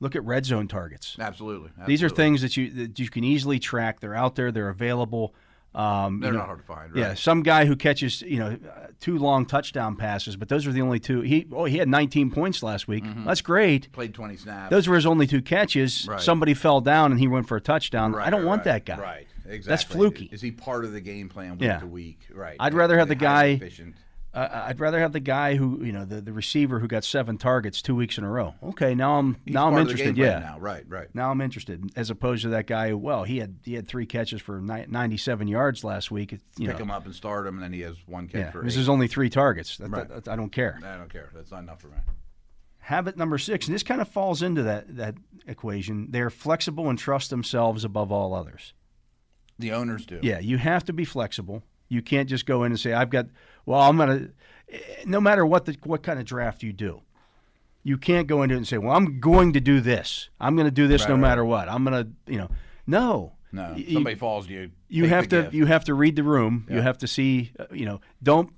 Look at red zone targets.
Absolutely,
These are
Mm-hmm. absolutely.
things that you that you can easily track. They're out there. They're available. Um,
They're
you know,
not hard to find, right?
Yeah, some guy who catches you know uh, two long touchdown passes, but those were the only two. He oh he had 19 points last week.
Mm-hmm.
That's great.
Played 20 snaps.
Those were his only two catches.
Right.
Somebody fell down and he went for a touchdown.
Right,
I don't
right,
want
right,
that guy.
Right. Exactly.
fluky.
Is he part of the game plan week
Yeah.
to week? Right.
I'd rather have the
highly
guy-
efficient.
Uh, I'd rather have the guy who you know the, the receiver who got seven targets two weeks in a row. Okay, now I'm
He's
now I'm
part of the game
interested.
plan
Yeah,
Now, right, right.
now I'm interested as opposed to that guy. who, Well, he had he had three catches for ni- 97 yards last week. It's, you
Pick
know,
him up and start him, and then he has one catch
yeah,
for
this
eight.
is only three targets. That-
Right.
that- I don't care.
I don't care. That's not enough for me.
Habit number six, and this kind of falls into that that equation. They're flexible and trust themselves above all others.
The owners do.
Yeah, you have to be flexible. You can't just go in and say, "I've got." Well, I'm gonna. eh, No matter what the what kind of draft you do, you can't go into it and say, "Well, I'm going to do this. I'm going to do this no matter what. I'm gonna," you know. No.
No.
Y-
Somebody falls to you.
you
take the
have to
gift.
you have to read the room. You have to see. uh, You know, don't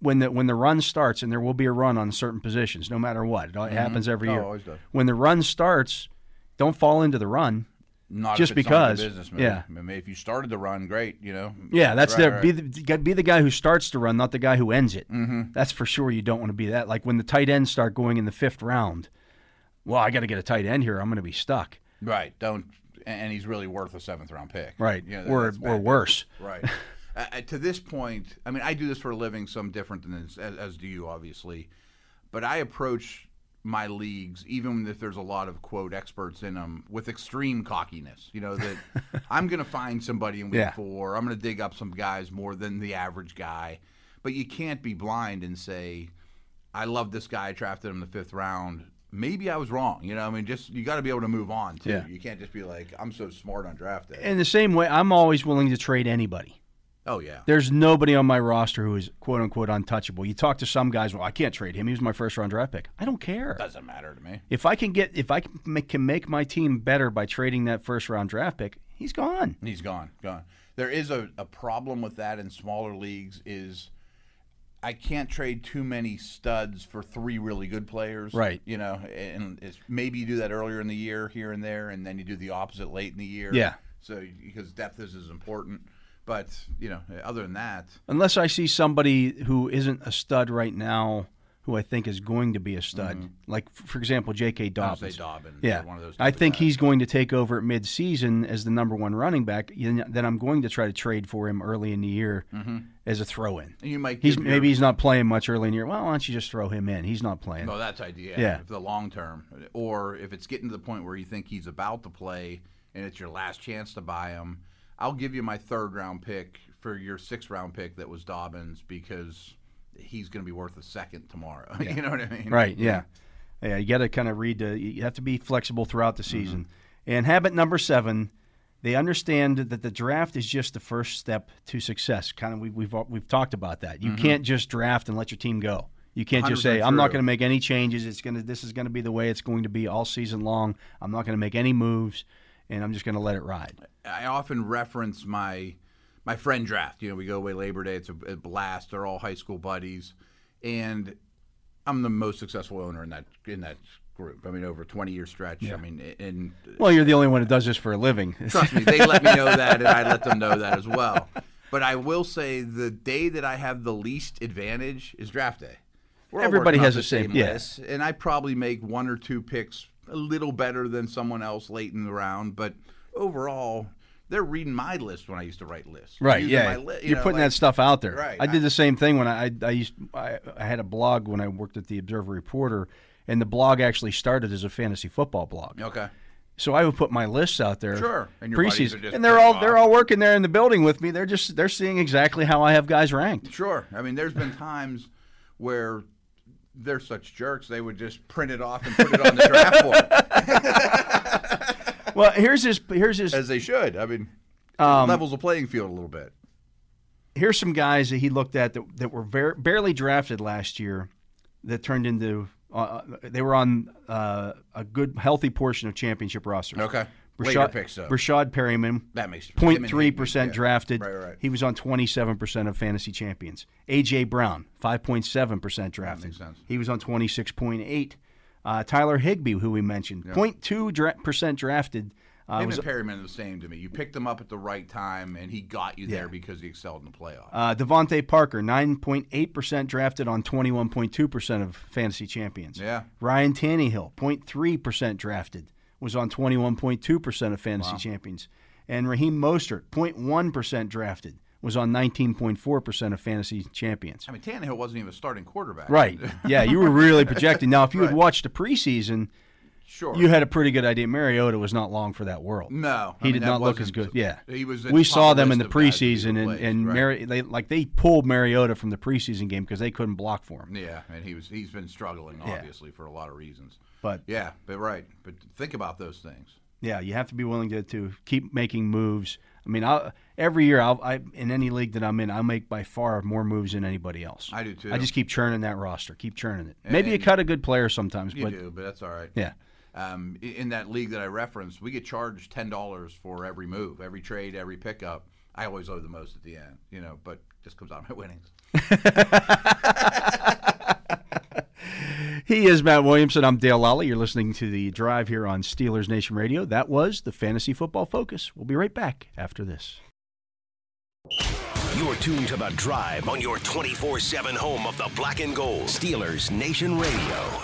when the when the run starts, and there will be a run on certain positions, no matter what. It all- it happens every
Oh,
year.
always does.
When the run starts, don't fall into the run.
Not if
just
it's not the
because,
business move.
yeah.
I mean, if you started the run, great. You know.
Yeah, that's
Right,
there.
right.
Be the g- be the guy who starts the run, not the guy who ends it. Mm-hmm. That's for sure. You don't want to be that. Like when the tight ends start going in the fifth round. Well, I got to get a tight end here. I'm going to be stuck.
Right. Don't. And he's really worth a seventh round pick.
Right.
Yeah.
or
that's
or
bad.
worse.
Right. uh, uh, to this point, I mean, I do this for a living, so I'm different than as, as, as do you, obviously. But I approach my leagues, even if there's a lot of quote experts in them, with extreme cockiness. You know that I'm going to find somebody in week
Yeah.
four. I'm going to dig up some guys more than the average guy. But you can't be blind and say, "I love this guy. I drafted him in the fifth round." Maybe I was wrong. You know, I mean, just you got to be able to move on too.
Yeah.
You can't just be like, "I'm so smart on draft day."
In the same way, I'm always willing to trade anybody.
oh yeah.
There's nobody on my roster who is quote unquote untouchable. You talk to some guys, well, I can't trade him. He was my first round draft pick. I don't care.
Doesn't matter to me.
If I can get, if I can make, can make my team better by trading that first round draft pick, he's gone.
He's gone, gone. There is a, a problem with that in smaller leagues is I can't trade too many studs for three really good players.
Right.
You know, and it's maybe you do that earlier in the year here and there and then you do the opposite late in the year.
Yeah.
So because depth is as important. But, you know, other than that,
Unless I see somebody who isn't a stud right now, who I think is going to be a stud.
Mm-hmm.
Like f- for example, J.K.
I'll say
Dobbins.
Dobbin. or
Yeah,
One of those
I
type of
think
guys.
he's going to take over at midseason as the number one running back. you know, Then I'm going to try to trade for him early in the year
Mm-hmm.
as a throw-in.
And you might
He's
give
maybe
your-
he's not playing much early in the year. Well, why don't you just throw him in? He's not playing.
No, that's idea.
Yeah.
For the long term, or if it's getting to the point where you think he's about to play and it's your last chance to buy him, I'll give you my third round pick for your sixth round pick that was Dobbins because he's going to be worth a second tomorrow. you know what I mean?
Right. Yeah. Yeah. You got to kind of read the. You have to be flexible throughout the season. And habit number seven, they understand that the draft is just the first step to success. Kind of we, we've al- we've talked about that. You can't just draft and let your team go. You can't just say
100%
I'm not
true.
going to make any changes. It's gonna this is going to be the way it's going to be all season long. I'm not going to make any moves, and I'm just going to let it ride.
I often reference my my friend draft. You know, we go away Labor Day. It's a, a blast. They're all high school buddies, and I'm the most successful owner in that in that group. I mean, over a 20 year stretch. I mean, and
Well, you're the only one who does this for a living.
Trust me, they let me know that, and I let them know that as well. But I will say the day that I have the least advantage is draft day. We're all
Everybody
working
has
off
the same- yeah.
list, and I probably make one or two picks a little better than someone else late in the round. But overall, they're reading my list when I used to write lists.
Right.
Using
Yeah.
my li- you
you are
know,
putting
like-
that stuff out there.
Right,
I
I-
did the same thing when I, I, I used I, I had a blog when I worked at the Observer Reporter, and the blog actually started as a fantasy football blog.
Okay.
So I would put my lists out there.
Sure, and your buddies are
preseason,
just
and they're
putting
all
them
they're
off.
all working there in the building with me. They're just they're seeing exactly how I have guys ranked.
Sure. I mean, there's been times where they're such jerks, they would just print it off and put it on the draft board,
Well, here's this here's this
as they should. I mean,
Um,
levels the playing field a little bit.
here's some guys that he looked at that, that were ver- barely drafted last year that turned into uh, they were on uh, a good healthy portion of championship rosters.
Okay. Later
Rashad,
picks, though.
Rashad Perryman,
That makes him an eight
0.3 percent
man, yeah.
drafted.
Right, right.
He was on 27 percent of fantasy champions. AJ Brown, 5.7 percent drafted.
sense.
He was on 26.8. Uh, Tyler Higbee, who we mentioned, 0.2 dra- percent drafted. I
Him
was
and Perryman are the same to me. You picked him up at the right time, and he got you there because he excelled in the playoffs.
uh, Devonte Parker, nine point eight percent drafted on twenty one point two percent of fantasy champions.
Yeah.
Ryan Tannehill, 03 percent drafted, was on twenty one point two percent of fantasy champions, and Raheem Mostert, 01 percent drafted, was on nineteen point four percent of fantasy champions.
I mean, Tannehill wasn't even a starting quarterback.
Right. Yeah, you were really projecting. Now, if you had watched the preseason,
Sure.
you had a pretty good idea. Mariota was not long for that world.
No, I
he
mean,
did
that
not look as good.
wasn't-
Yeah,
he was. at
We
the
saw
top
them in the
list of guys to be
preseason, and
replaced,
and
right.
Mari- they like they pulled Mariota from the preseason game because they couldn't block for him.
Yeah, and he was he's been struggling obviously for a lot of reasons.
But yeah.
Yeah, but right. But think about those things.
you have to be willing to, to keep making moves. I mean, I'll, every year I'll, I in any league that I'm in, I make by far more moves than anybody else.
I do, too.
I just keep churning that roster, keep churning it. Maybe you cut a good player sometimes,
You
but
do, but that's all right.
yeah,
Um, i- in that league that I referenced, we get charged ten dollars for every move, every trade, every pickup. I always owe the most at the end, you know. But just comes out of my winnings.
He is Matt Williamson. I'm Dale Lally. You're listening to the drive here on Steelers Nation Radio. That was the Fantasy Football Focus. We'll be right back after this.
You're tuned to The Drive on your 24 7 home of the black and gold. Steelers Nation Radio.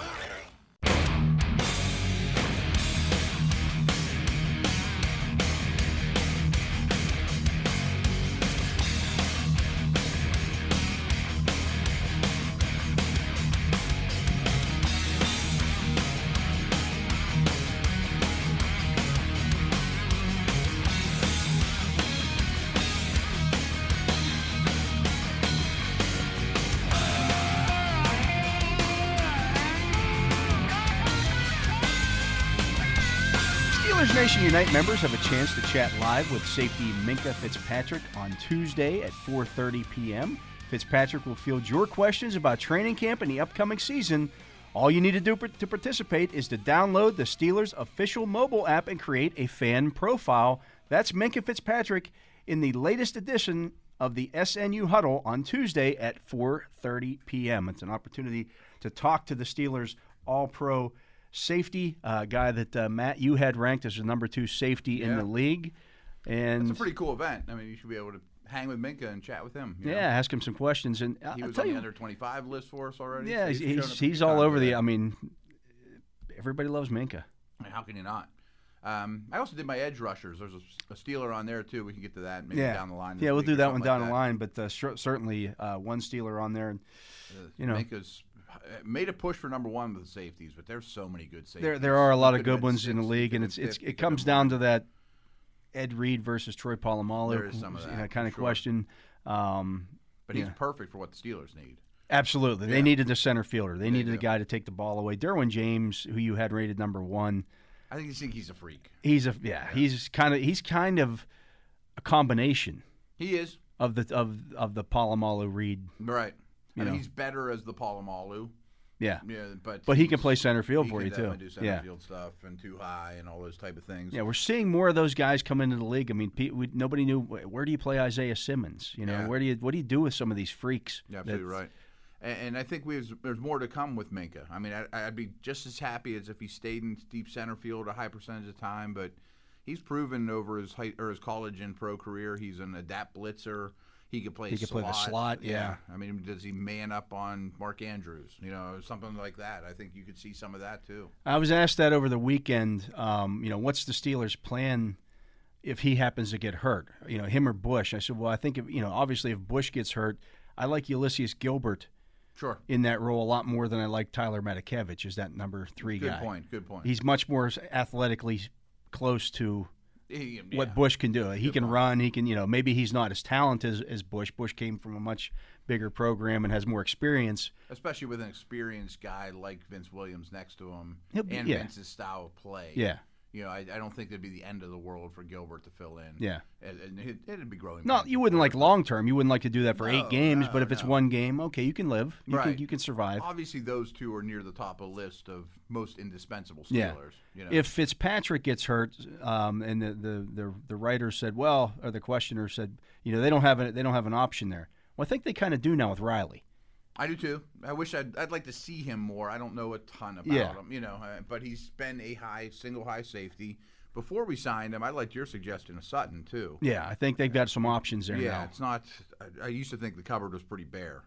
Steelers Nation Unite members have a chance to chat live with safety Minka Fitzpatrick on Tuesday at 4:30 p.m. Fitzpatrick will field your questions about training camp and the upcoming season. All you need to do par- to participate is to download the Steelers official mobile app and create a fan profile. That's Minka Fitzpatrick in the latest edition of the SNU Huddle on Tuesday at 4:30 p.m. It's an opportunity to talk to the Steelers All-Pro safety uh, guy that uh, Matt you had ranked as the number two safety in the league, and
It's a
Mm.
pretty cool event. I mean, you should be able to hang with Minka and chat with him. you know.
yeah, ask him some questions. And I-
he
I'll
was
tell
on the
you,
under twenty five list for us already.
yeah,
so
he's
shown up
he's,
a few
he's all
times
over the. um, I
already.
mean, everybody loves Minka.
I mean, how can you not? Um, I also did my edge rushers. There's a, a Steeler on there too. We can get to that maybe down the line.
yeah,
this
we'll
week
do
or
that
something
one
like
down the line. But uh, cer- certainly uh, one Steeler on there. And, you know,
Minka's uh, made a push for number one with the safeties, but there's so many good safeties.
there there are a lot
He
of
could have
good
been
ones in the
sixth, he
league,
could
and
have
it's
been
it's
fifth, he
it
could have
comes
been
down to that Ed Reed versus Troy Polamalu
There is some of that,
kind of
sure.
question. Um,
But he's perfect for what the Steelers need.
Absolutely. They needed a center fielder. They needed a
do.
guy to take the ball away. Derwin James, who you had rated number one,
I think you think he's a freak.
he's a yeah, he's kind of he's kind of a combination
He is
of the of of the Palomalu Reed.
right. I
You
mean,
know.
he's better as the Palomalu.
Yeah.
Yeah, but
But he can
he's-
play center field
he
for
can
you too.
definitely Do center
Yeah.
field stuff and too high and all those type of things.
Yeah, we're seeing more of those guys come into the league. I mean, pe- we, nobody knew wh- where do you play Isaiah Simmons? You know,
Yeah.
where do you what do you do with some of these freaks?
You're absolutely
That's-
right. And, and I think we there's more to come with Minka. I mean, I, I'd be just as happy as if he stayed in deep center field a high percentage of the time, but he's proven over his high, or his college and pro career he's an adapt blitzer. He could play.
He could play the slot, yeah.
I mean, does he man up on Mark Andrews? You know, something like that. I think you could see some of that too.
I was asked that over the weekend. Um, you know, what's the Steelers' plan if he happens to get hurt? You know, him or Bush? I said, well, I think if, you know, obviously, if Bush gets hurt, I like Ulysses Gilbert
Sure.
in that role a lot more than I like Tyler Matakevich. Is that number three
Good
guy?
point. Good point.
He's much more athletically close to
He-
what
yeah.
Bush can do. He can run. He can, you know, maybe he's not as talented as, as Bush. Bush came from a much bigger program and has more experience.
especially with an experienced guy like Vince Williams next to him
He'll be-
and
yeah.
Vince's style of play.
Yeah.
You know, I, I don't think it'd be the end of the world for Gilbert to fill in.
Yeah.
And, and it, it'd be growing.
No,
pains.
you wouldn't like long term. You wouldn't like to do that for eight games. but if it's one game, okay, you can live. You
Right.
can you can survive.
Obviously, those two are near the top of the list of most indispensable Steelers.
Yeah.
You know,
If Fitzpatrick gets hurt, um, and the, the the the writer said, well, or the questioner said, you know, they don't have an, they don't have an option there. Well, I think they kind of do now with Riley.
I do too. I wish I'd, I'd like to see him more. I don't know a ton about
Yeah.
him, you know, uh, but he's been a high single high safety. before we signed him, I liked your suggestion of Sutton too.
Yeah, I think they've got some options there
Yeah,
now.
it's not. I, I used to think the cupboard was pretty bare.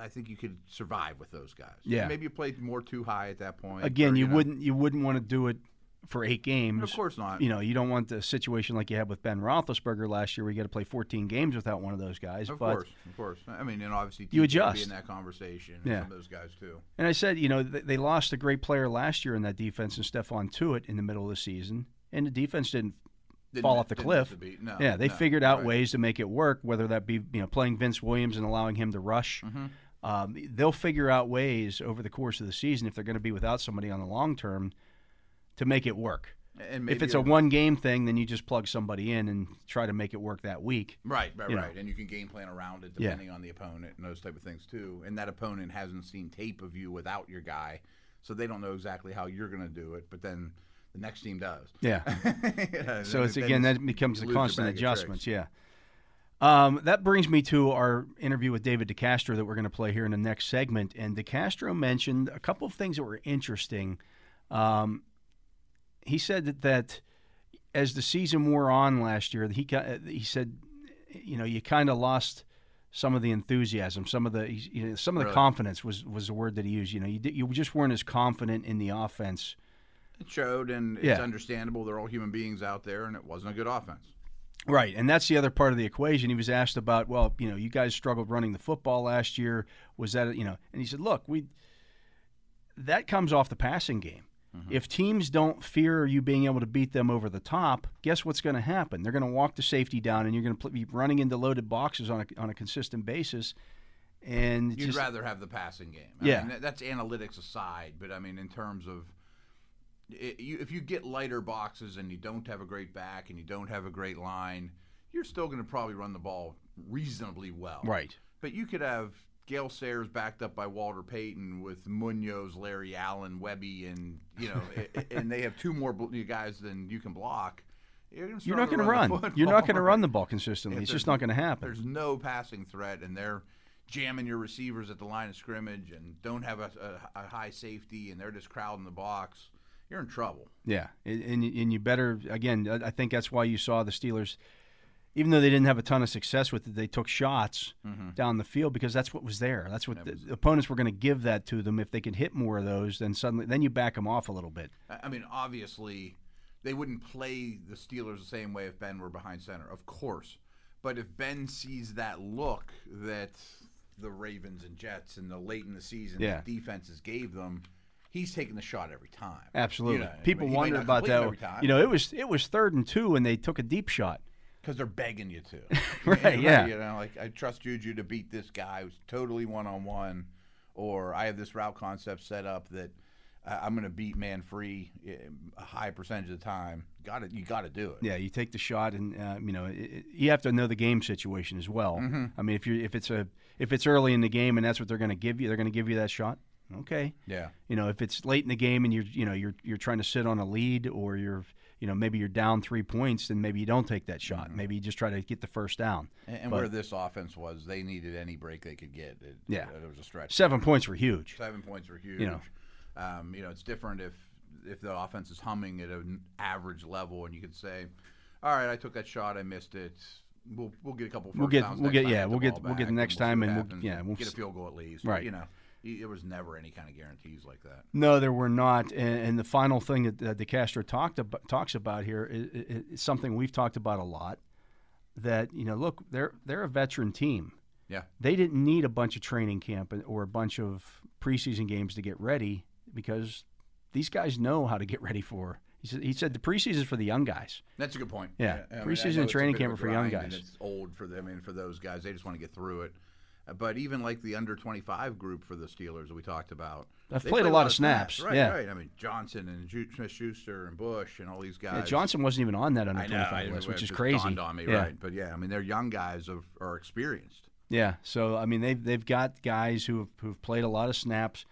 I think you could survive with those guys.
Yeah.
maybe you played more too high at that point.
Again,
or,
you,
know,
wouldn't you wouldn't want to do it for eight games.
Of course not.
You know, you don't want the situation like you had with Ben Roethlisberger last year, where you got to play 14 games without one of those guys.
of
but
course, of course. I mean, and obviously
You
TJ would be
adjust.
in that conversation. and
Yeah.
some of those guys too.
And I said, you know, th- they lost a great player last year in that defense and Stephon Tuitt in the middle of the season, and the defense didn't,
Didn't
fall
miss-
off the
didn't
cliff.
miss a beat. No,
yeah, they
Oh, no,
figured out
right.
ways to make it work, whether that be you know playing Vince Williams and allowing him to rush.
Mm-hmm.
Um, they'll figure out ways over the course of the season if they're going to be without somebody on the long term to make it work.
And
If
maybe
it's a one game thing, then you just plug somebody in and try to make it work that week.
Right, right,
you know.
right. And you can game plan around it
Yeah.
depending on the opponent and those type of things too. And that opponent hasn't seen tape of you without your guy, so they don't know exactly how you're going to do it. But then the next team does.
Yeah.
Yeah,
So it's
then
again
it's-
that becomes
you
the
lose your
constant
bag of tricks.
adjustments. Yeah. Um, that brings me to our interview with David DeCastro that we're going to play here in the next segment. And DeCastro mentioned a couple of things that were interesting. Um, he said that, that as the season wore on last year, he ki- uh, he said, you know, you kind of lost some of the enthusiasm, some of the you know, some of the
Really?
confidence was was the word that he used. You know, you di- you just weren't as confident in the offense
It showed, and it's
Yeah.
understandable. They're all human beings out there, and it wasn't a good offense.
Right, and that's the other part of the equation. He was asked about, well, you know, you guys struggled running the football last year. Was that, you know? And he said, look, we that comes off the passing game.
Mm-hmm.
If teams don't fear you being able to beat them over the top, guess what's going to happen? They're going to walk the safety down, and you're going to pl- be running into loaded boxes on a, on a consistent basis. And
You'd
just,
rather have the passing game. I
Yeah.
mean, that- that's analytics aside, but I mean in terms of. i you, if you get lighter boxes and you don't have a great back and you don't have a great line, you're still going to probably run the ball reasonably well.
right,
But you could have Gail Sayers backed up by Walter Payton with Munoz, Larry Allen, Webby, and you know, i- i- and they have two more bl- guys than you can block. You're, gonna
you're not
struggle
going to run.
the
You're not going to
football.
run the ball consistently. It's just not going to happen.
There's no passing threat, and they're jamming your receivers at the line of scrimmage, and don't have a, a, a high safety, and they're just crowding the box. You're in trouble.
Yeah, and and and you better again. I I think that's why you saw the Steelers, even though they didn't have a ton of success with it, they took shots
Mm-hmm.
down the field because that's what was there. That's what the, opponents were going to give that to them. If they could hit more of those, then suddenly then you back them off a little bit.
I I mean, obviously, they wouldn't play the Steelers the same way if Ben were behind center, of course. But if Ben sees that look that the Ravens and Jets and the late in the season
Yeah.
the defenses gave them, he's taking the shot every time.
Absolutely,
You know, I mean,
people
he may
wonder
not
about
complete 'em
that.
every time.
You know, it was it was third and two, and they took a deep shot.
because they're begging you to.
Right,
Right,
yeah.
You know, like I trust Juju to beat this guy who's totally one on one, or I have this route concept set up that uh, I'm going to beat man free uh, a high percentage of the time. Got it. You got to do it.
Yeah, you take the shot, and uh, you know it, it- you have to know the game situation as well.
Mm-hmm.
I mean, if you if it's a if it's early in the game and that's what they're going to give you, they're going to give you that shot. Okay,
Yeah.
You know, if it's late in the game and you're you know you're you're trying to sit on a lead or you're you know maybe you're down three points, then maybe you don't take that shot. Maybe you just try to get the first down.
And, and where this offense was, they needed any break they could get. It,
Yeah.
it was a stretch.
Seven points were huge.
Seven points were huge.
know.
Um, you know, it's different if if the offense is humming at an average level, and you could say, "All right, I took that shot, I missed it. We'll we'll get a couple. First
We'll get-
downs
we'll
next
get-
time,
yeah,
the
we'll get-
ball
we'll get
back,
next
and
time
we'll see
and
what
we'll-
happens,
yeah, we'll
get a
s-
field goal at least.
Right.
You know, y- there was never any kind of guarantees like that.
No, there were not. And, and the final thing that uh, DeCastro talked about, talks about here is, is, is something we've talked about a lot. That you know, look, they're they're a veteran team.
Yeah.
They didn't need a bunch of training camp and- or a bunch of preseason games to get ready because these guys know how to get ready for. He said, he said the preseason's for the young guys.
That's a good point.
Yeah.
I mean, I
Preseason
know it's a
training
bit of
camp
a
for young
grind and
guys.
It's old for them. I mean, for those guys, they just want to get through it. Uh, But even like the under twenty five group for the Steelers that we talked about,
I've
they
played
play
a lot of snaps,
Right,
yeah.
right. I mean Johnson and Ju- Smith Schuster and Bush and all these guys.
Yeah, Johnson wasn't even on that under
I know, I
25
didn't
list,
know,
which
it
is
just
crazy.
Dawned on me,
yeah.
right? But yeah, I mean they're young guys of are experienced.
Yeah. So I mean, they've they've got guys who have who've played a lot of snaps.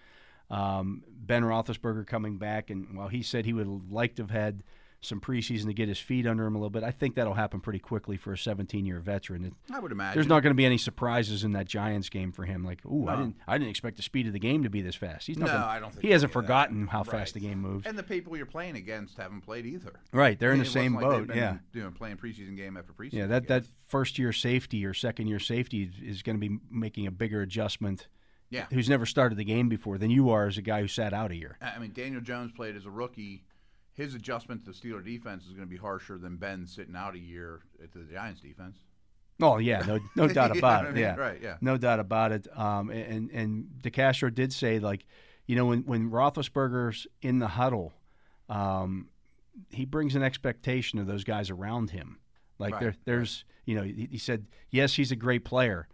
Um, ben Roethlisberger coming back, and while he said he would like to have had some preseason to get his feet under him a little bit. I think that'll happen pretty quickly for a 17-year veteran. It-
I would imagine.
There's not going to be any surprises in that Giants game for him. Like, ooh, I didn't, I didn't expect the speed of the game to be this fast. He's not.
No,
gonna-
I don't think
he hasn't
he'll do that.
forgotten how
Right.
fast the game moves.
And the people you're playing against haven't played either.
right, they're in
It
the
wasn't
same
like they've
boat.
been,
Yeah,
you know, playing preseason game after preseason.
yeah. That that first year safety or second year safety is- is going to be making a bigger adjustment.
yeah.
Who's never started the game before than you are as a guy who sat out a year.
I I mean, Daniel Jones played as a rookie. His adjustment to Steeler defense is going to be harsher than Ben sitting out a year to the Giants defense.
Oh yeah, no, no doubt
You know
about
what I
it.
mean?
Yeah,
Right, yeah.
no doubt about it. Um, and and DeCastro did say like, you know, when when Roethlisberger's in the huddle, um, he brings an expectation of those guys around him. Like
Right,
there, there's, you know, he, he said yes, he's a great player,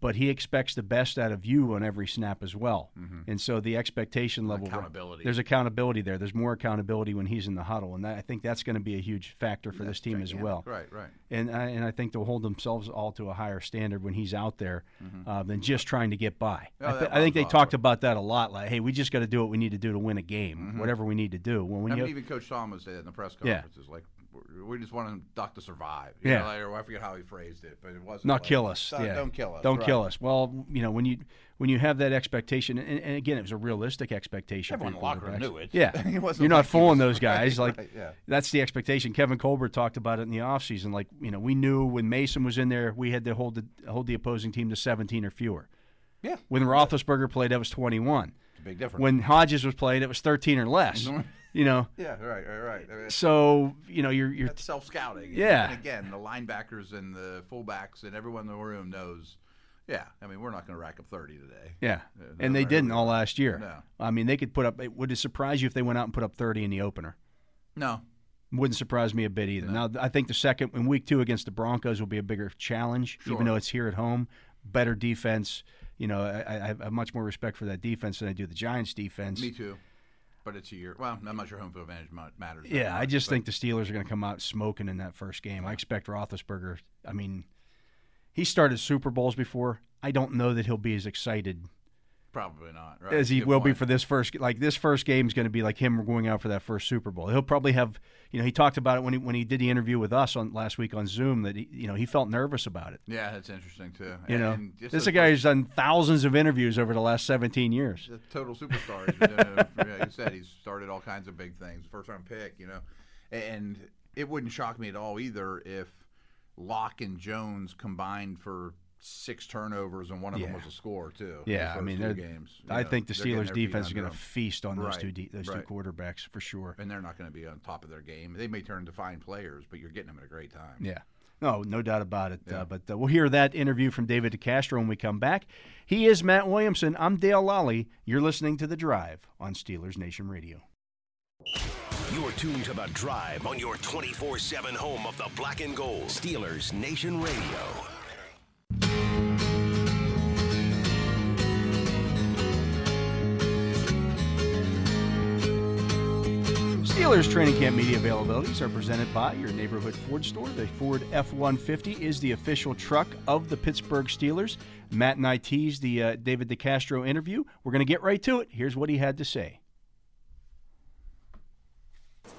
but he expects the best out of you on every snap as well. And so the expectation level,
Mm-hmm. Accountability.
There's accountability there. There's more accountability when he's in the huddle, and that, I think that's going to be a huge factor for this team as well
Right, right.
and I, and I think they'll hold themselves all to a higher standard when he's out there uh, than just trying to get by. I,
Mm-hmm. that
th- I think they talked about that a lot. Like, hey, we just got to do what we need to do to win a game, whatever we need to do. When, when
I
you
mean, Mm-hmm. even Coach Tom would say that in the press
Yeah.
conferences. Like, we- we just want him Doc to survive. you
Yeah.
know, like, or I forget how he phrased it, but it wasn't
not
like,
kill us,
Don't,
yeah.
don't kill us.
Don't
right.
kill us. Well, you know when you when you have that expectation, and, and again, it was a realistic expectation.
Everyone
for
in
your
the locker room
quarterbacks.
knew it.
Yeah,
It
you're
wasn't
not
like he
fooling
was-
those guys.
right,
like
right, yeah.
that's the expectation. Kevin Colbert talked about it in the offseason. Like you know, we knew when Mason was in there, we had to hold the hold the opposing team to 17 or fewer.
Yeah.
When Roethlisberger played, that was 21.
It's a big difference.
when Hodges was playing, it was 13 or less. you know,
yeah, right, right, right. I mean,
so you know you're you're
That's self scouting.
Yeah.
And again, the linebackers and the fullbacks and everyone in the room knows. Yeah. I mean, we're not going to rack up 30 today.
yeah,
no,
and they
right,
didn't
right,
all last year.
No.
I mean, they could put up. It would it surprise you if they went out and put up 30 in the opener?
No.
Wouldn't surprise me a bit either. Now I think the second in week two against the Broncos will be a bigger challenge, even though it's here at home, better defense. You know, I, I I have much more respect for that defense than I do the Giants' defense.
Me too. But it's a year. Well, I'm not sure home field advantage ma- matters. that
Yeah, I
much,
just
but-
think the Steelers are going to come out smoking in that first game. I expect Roethlisberger. I mean, he started Super Bowls before. I don't know that he'll be as excited
Probably not. Right?
as he
Good
will be
point.
for this first. Like this first game is going to be like him going out for that first Super Bowl. He'll probably have. You know, he talked about it when he when he did the interview with us on last week on Zoom that he, you know he felt nervous about it.
Yeah, that's interesting too.
You know,
And just
this is
the
a guy who's done thousands of interviews over the last 17 years.
the total superstar. He's been doing it for- like you said, he's started all kinds of big things. First round pick, you know, and it wouldn't shock me at all either if Locke and Jones combined for six turnovers and one of them
Yeah.
was a score too. in the
Yeah, I
first
mean,
two
they're-
games. You
I
know,
think the
they're getting
Steelers
their feet
defense is
under
going to
'em,
feast on those
Right,
two de- those
right.
two quarterbacks for sure.
and they're not going to be on top of their game. They may turn to fine players, but you're getting them at a great time.
Yeah. No, no doubt about it. Uh, but uh, we'll hear that interview from David DeCastro when we come back. He is Matt Williamson. I'm Dale Lally. You're listening to The Drive on Steelers Nation Radio.
You're tuned to The Drive on your 24 7 home of the black and gold. Steelers Nation Radio.
Steelers training camp media availabilities are presented by your neighborhood Ford store. The Ford F 150 is the official truck of the Pittsburgh Steelers. Matt and I teased the uh, David DeCastro interview. We're going to get right to it. Here's what he had to say.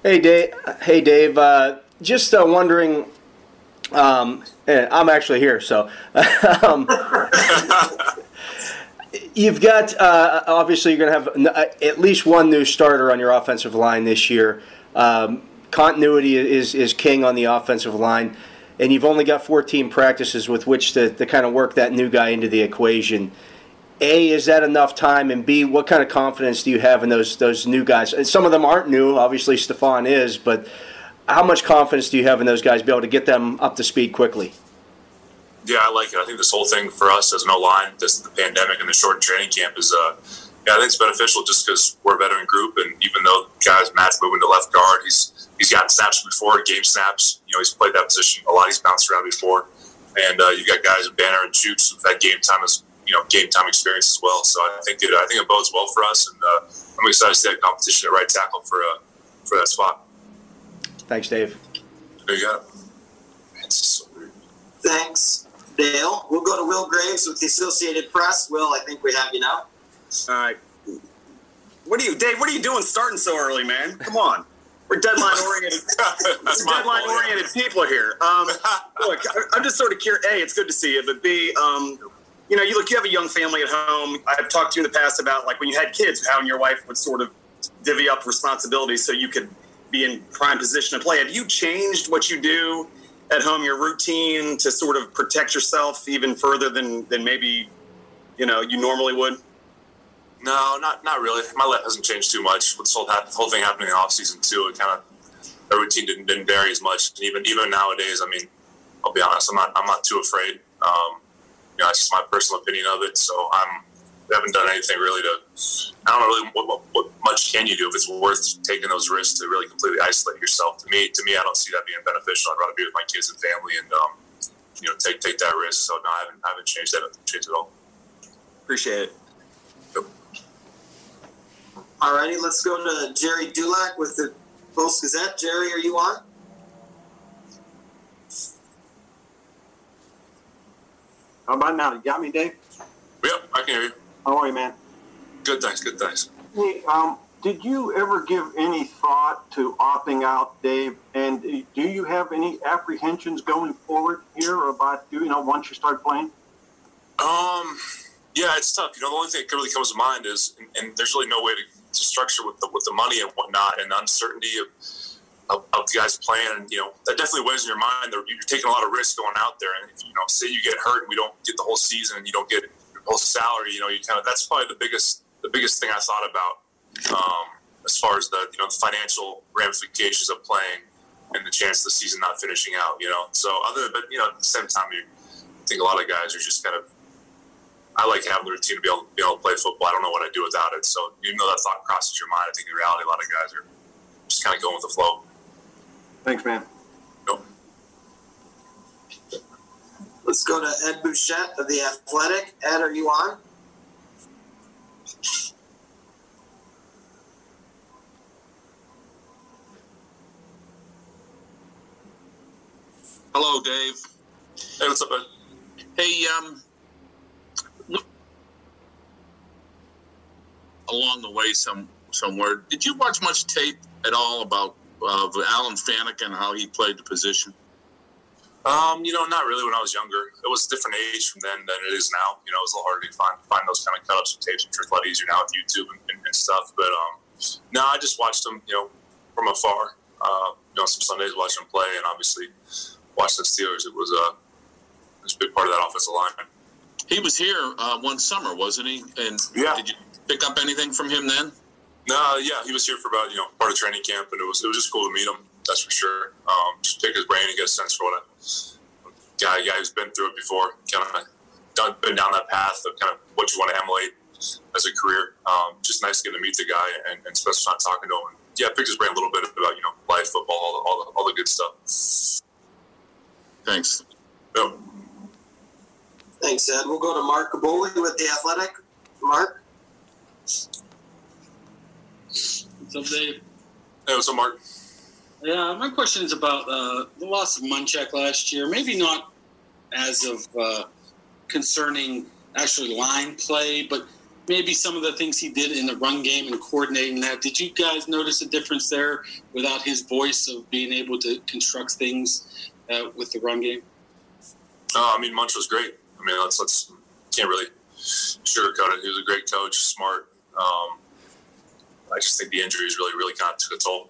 Hey Dave. Hey Dave. Uh, just uh, wondering. Um, and I'm actually here, so um, you've got uh, obviously you're going to have n- uh, at least one new starter on your offensive line this year. Um, continuity is is king on the offensive line, and you've only got 14 practices with which to, to kind of work that new guy into the equation. A, is that enough time? And B, what kind of confidence do you have in those those new guys? And some of them aren't new. Obviously, Stefan is, but how much confidence do you have in those guys? Be able to get them up to speed quickly.
Yeah, I like it. I think this whole thing for us as an O line, this the pandemic and the shortened training camp is, uh, yeah, I think it's beneficial just because we're a veteran group, and even though guys Matt's moving to left guard, he's he's gotten snaps before, game snaps. You know, he's played that position a lot. He's bounced around before, and uh, you've got guys in Banner and Chooks with that game time as you know game time experience as well. So I think it I think it bodes well for us, and uh, I'm excited to see that competition at right tackle for uh, for that spot.
Thanks, Dave.
There you go. It's so weird.
Thanks, Dale. We'll go to Will Graves with the Associated Press. Will, I think we have you now.
All right. What are you, Dave? What are you doing starting so early, man? Come on. We're deadline oriented.
That's
we're
my
deadline
fault.
oriented people here. Um, look, I- I'm just sort of curious. A, it's good to see you, but B, um, you know, you look, you have a young family at home. I've talked to you in the past about like when you had kids, how your wife would sort of divvy up responsibilities so you could be in prime position to play. Have you changed what you do at home, your routine, to sort of protect yourself even further than than maybe you know you normally would?
No, not not really. My life hasn't changed too much. With this whole, hap- whole thing happening in off season too, it kind of the routine didn't, didn't vary as much. And even even nowadays, I mean, I'll be honest, I'm not I'm not too afraid. Um, you know, it's just my personal opinion of it. So I'm I haven't done anything really to. I don't know really what, what, what much can you do if it's worth taking those risks to really completely isolate yourself. To me, to me, I don't see that being beneficial. I'd rather be with my kids and family and um, you know take take that risk. So no, I haven't I haven't changed that changed at all.
Appreciate it.
Alrighty, let's go to Jerry Dulac with the Post Gazette. Jerry, are you on?
How about now? You got me, Dave?
Yep, I can hear you.
How are you, man?
Good thanks, good thanks.
Hey, um, did you ever give any thought to opting out, Dave? And do you have any apprehensions going forward here about, you know, once you start playing?
Um, yeah, it's tough. You know, the only thing that really comes to mind is, and, and there's really no way to, to structure with the with the money and whatnot, and the uncertainty of, of of the guys playing. And you know, that definitely weighs in your mind. There- You're taking a lot of risk going out there, and if, you know, say you get hurt and we don't get the whole season, and you don't get your whole salary. You know, you kind of that's probably the biggest the biggest thing I thought about um, as far as the you know the financial ramifications of playing and the chance of the season not finishing out. You know, so other but you know at the same time you think a lot of guys are just kind of I like having the routine to be able, be able to play football. I don't know what I'd do without it. So even though that thought crosses your mind, I think in reality a lot of guys are just kind of going with the flow.
Thanks, man.
You know?
Let's go to Ed Bouchette of the Athletic. Ed, are you on?
Hello, Dave.
Hey, what's up, bud?
Hey, um, along the way, some somewhere, did you watch much tape at all about uh, of Alan Faneca and how he played the position?
Um, you know, not really when I was younger. It was a different age from then than it is now. You know, it was a little harder to find find those kind of cut ups and tapes. I'm sure it's a lot easier now with YouTube and, and, and stuff. But um, no, I just watched them, you know, from afar. Uh, you know, some Sundays watching them play, and obviously watching the Steelers. It was uh, it was a big part of that offensive line.
He was here uh, one summer, wasn't he? And
Yeah.
did you pick up anything from him then?
No, yeah, he was here for about you know part of training camp, and it was it was just cool to meet him. That's for sure. Um, just pick his brain and get a sense for what a guy guy who's been through it before, kind of done, been down that path of kind of what you want to emulate as a career. Um, just nice getting to meet the guy and, and spend some time talking to him. And, yeah, picked his brain a little bit about you know life, football, all the, all the, all the good stuff.
Thanks.
Yeah.
Thanks, Ed. We'll go to Mark Caboli with the Athletic. Mark,
What's up, Dave?
Hey, what's up, Mark?
Yeah, my question is about uh, the loss of Munchak last year. Maybe not as of uh, concerning actually line play, but maybe some of the things he did in the run game and coordinating that. Did you guys notice a difference there without his voice of being able to construct things uh, with the run game?
Uh, I mean, Munch was great. I mean, let's let's can't really sugarcoat it. He was a great coach, smart. Um, I just think the injuries really, really kind of took a toll.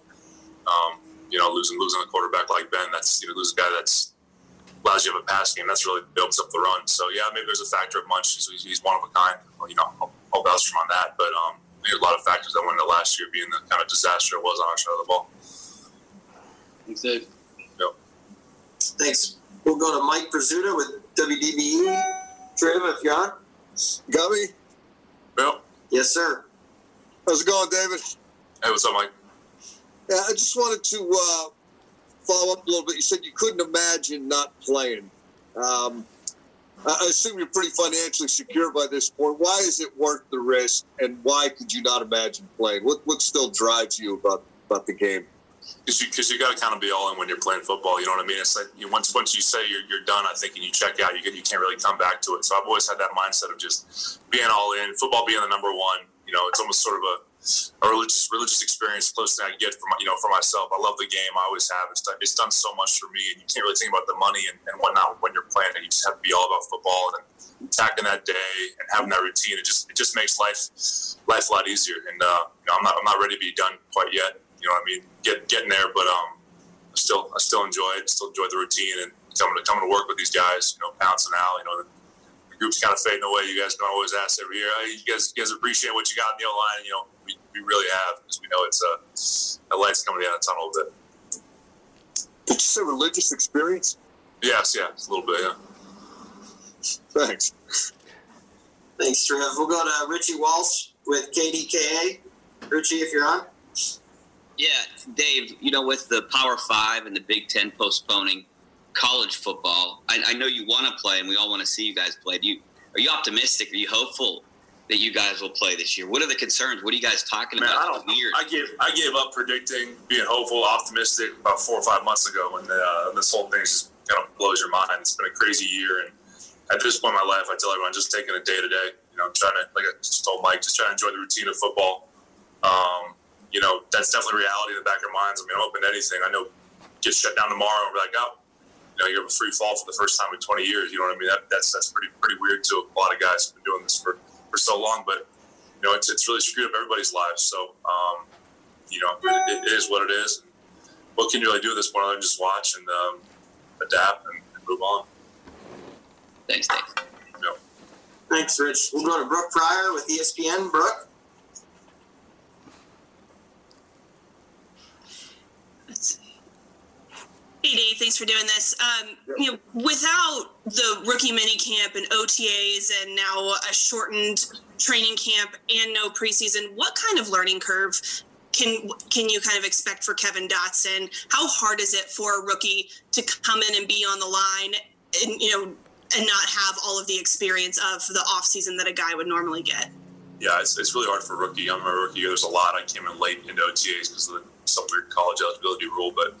Um, you know, losing losing a quarterback like Ben, that's you know, lose a guy that's allows you to have a pass game. That's really opens up the run. So yeah, maybe there's a factor of Munch. He's, he's one of a kind. Well, you know, I'll, I'll vouch for him on that. But um, there's a lot of factors that went into last year being the kind of disaster it was on our side of the ball.
Thanks, Dave.
thanks. We'll go to Mike Prizzuto with WDBE. Triv, E. if you're on.
Gummy,
Well,
Yes, sir.
how's it going, David?
hey, what's up, Mike?
Yeah, I just wanted to uh, follow up a little bit. You said you couldn't imagine not playing. Um, I I assume you're pretty financially secure by this point. Why is it worth the risk, and why could you not imagine playing? What what still drives you about about the game?
because you, 'cause you got to kind of be all in when you're playing football. You know what I mean? It's like you, once once you say you're, you're done, I think, and you check out, you, get, you can't really come back to it. So I've always had that mindset of just being all in, football being the number one. You know, it's almost sort of a a religious religious experience close that I can get from you know for myself. I love the game. I always have. It's done, it's done so much for me, and you can't really think about the money and, and whatnot when you're playing it. You just have to be all about football and tackling that day and having that routine. It just it just makes life life a lot easier. And uh, you know, I'm not I'm not ready to be done quite yet. You know, what I mean, get getting there, but um, I still I still enjoy it. Still enjoy the routine and coming to coming to work with these guys. You know, pouncing out. You know. The, the group's kind of fading away. You guys don't always ask every year. "Hey, You guys, you guys appreciate what you got in the O line. You know, we, we really have because we know it's a, a light's coming down the tunnel a bit.
Did you say religious experience?
Yes, yeah, it's a little bit. Yeah.
Thanks.
Thanks, Trev. We'll go to Richie Walsh with KDKA. Richie, if you're on.
Yeah, Dave, you know, with the Power Five and the Big Ten postponing college football, I, I know you want to play and we all want to see you guys play. Do you, are you optimistic? Are you hopeful that you guys will play this year? What are the concerns? What are you guys talking
Man,
about?
I don't. I gave I gave up predicting, being hopeful, optimistic about four or five months ago when uh, this whole thing just kind of blows your mind. It's been a crazy year, and at this point in my life, I tell everyone just taking it day to day. You know, trying to like I just told Mike, just trying to enjoy the routine of football. Um, you know, that's definitely reality in the back of our minds. I mean, I'm open to anything. I know get shut down tomorrow, and we're like, oh, you know, you have a free fall for the first time in 20 years. You know what I mean? That, that's that's pretty pretty weird to a lot of guys who've been doing this for, for so long. But you know, it's, it's really screwed up everybody's lives. So um, you know, it, it is what it is. What can you really do at this point? Other than just watch and um, adapt and, and move on.
Thanks, Dave.
Thanks, Rich. We'll go to Brooke Pryor with E ESPN. Brooke.
Hey Dave, thanks for doing this. Um, you know, without the rookie mini camp and OTAs and now a shortened training camp and no preseason, what kind of learning curve can can you kind of expect for Kevin Dotson? How hard is it for a rookie to come in and be on the line and you know and not have all of the experience of the offseason that a guy would normally get?
yeah, it's, it's really hard for rookie. I'm a rookie. year. There's a lot. I came in late into OTAs because of the, some weird college eligibility rule. But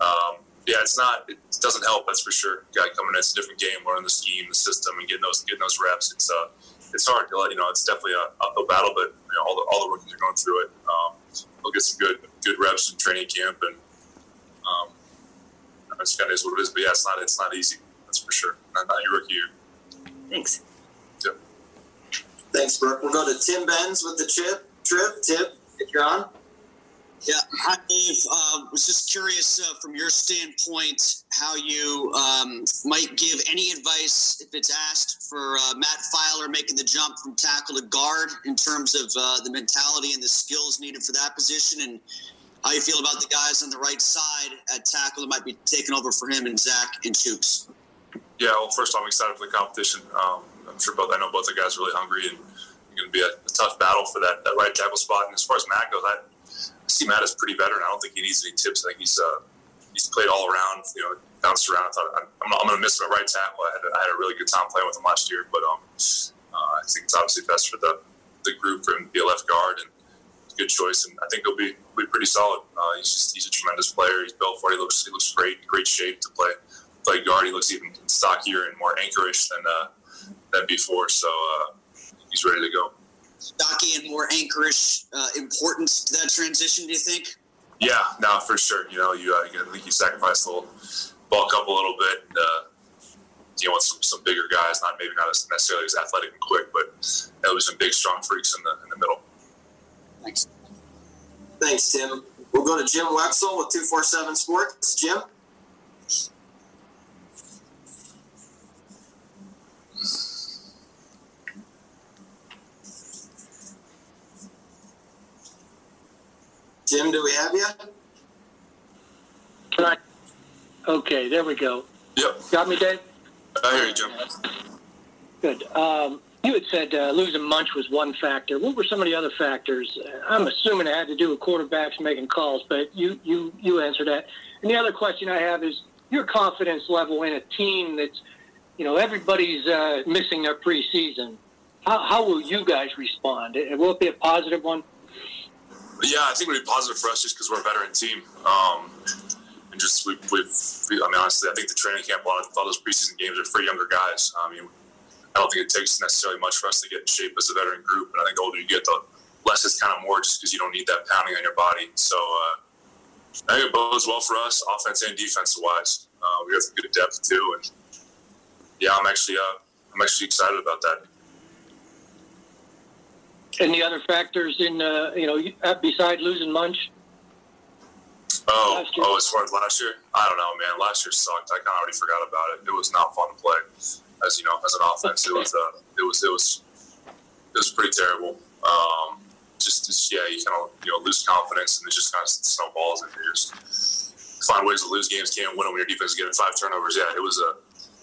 um, yeah, it's not. It doesn't help. That's for sure. Guy coming in, it's a different game. Learning the scheme, the system, and getting those getting those reps. It's uh, it's hard. To, let- you know, it's definitely a uphill battle. But you know, all the all the rookies are going through it. Um, they'll get some good good reps in training camp, and um, it's kind of is what it is. But yeah, it's not it's not easy. That's for sure. Not, not your rookie year.
Thanks.
Thanks, Brooke. We'll go to Tim Benz with the chip. Trip, tip, if you're on.
Yeah, hi Dave. Um, was just curious uh, from your standpoint how you um, might give any advice if it's asked for uh, Matt Filer making the jump from tackle to guard in terms of uh, the mentality and the skills needed for that position, and how you feel about the guys on the right side at tackle that might be taking over for him and Zach and Chooks.
Yeah, well, first of all, I'm excited for the competition. Um, I'm sure both I know both the guys are really hungry, and it's going to be a, a tough battle for that, that right tackle spot. And as far as Matt goes, I, I see Matt as pretty veteran. I don't think he needs any tips. I think he's uh, he's played all around, you know, bounced around. I thought I'm, I'm, not- I'm going to miss him at right tackle. I had, a, I had a really good time playing with him last year, but um, uh, I think it's obviously best for the the group for him to be a left guard and it's a good choice. And I think he'll be be pretty solid. Uh, he's just he's a tremendous player. He's built for it. He looks he looks great, great shape to play play guard. He looks even stockier and more anchorish than uh, than before. So uh, he's ready to go.
Stocky and more anchorish uh, importance to that transition. Do you think?
Yeah, no, for sure. You know, you uh, you- I think you sacrificed a little, bulk up a little bit, and uh, deal with some, some bigger guys. Not maybe not as necessarily as athletic and quick, but there'll be some big, strong freaks in the in the middle.
Thanks.
Thanks, Tim. We'll go to Jim Wexel with 247 Sports. Jim. Jim, do we have you?
Okay, there we go.
Yep.
Got me, Dave?
I hear you, Jim.
Good. Um, you had said uh, losing Munch was one factor. What were some of the other factors? Uh, I'm assuming it had to do with quarterbacks making calls, but you you you answered that. And the other question I have is your confidence level in a team that's, you know, everybody's uh, missing their preseason. How, how will you guys respond? It, will it be a positive one?
But yeah, I think it would be positive for us just because we're a veteran team. Um, and just we've, we've, we- I mean, honestly, I think the training camp, a lot of all those preseason games are for younger guys. I mean, I don't think it takes necessarily much for us to get in shape as a veteran group. And I think the older you get, the less is kind of more just because you don't need that pounding on your body. So uh, I think it bodes well for us, offense and defense wise. Uh, we got some good depth too, and yeah, I'm actually uh, I'm actually excited about that.
And the other factors in, uh, you know, you- uh, beside losing Munch,
Oh, oh, as far as last year, I don't know, man. Last year sucked. I kind of already forgot about it. It was not fun to play, as you know, as an offense. It was, uh, it was, it was, it was pretty terrible. Um, just, just yeah, you kind of you know lose confidence, and it just kind of snowballs, and you just find ways to lose games, can't win them when your defense is getting five turnovers. Yeah, it was a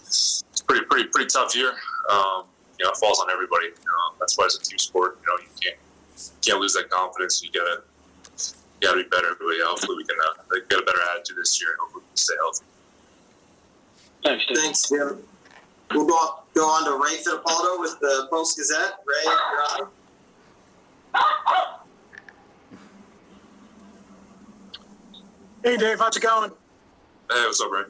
it's a pretty, pretty, pretty tough year. Um, you know, it falls on everybody. You know, that's why it's a team sport. You know, you can't, you can't lose that confidence. You gotta got to be better. But yeah, hopefully we can uh, get a better attitude this year and hopefully we can stay healthy.
Thanks,
Thanks, Jim. We'll go, go on to Ray Fittipaldo with the Post Gazette. Ray, you're on.
Hey, Dave, how's it going?
Hey, what's up, Ray?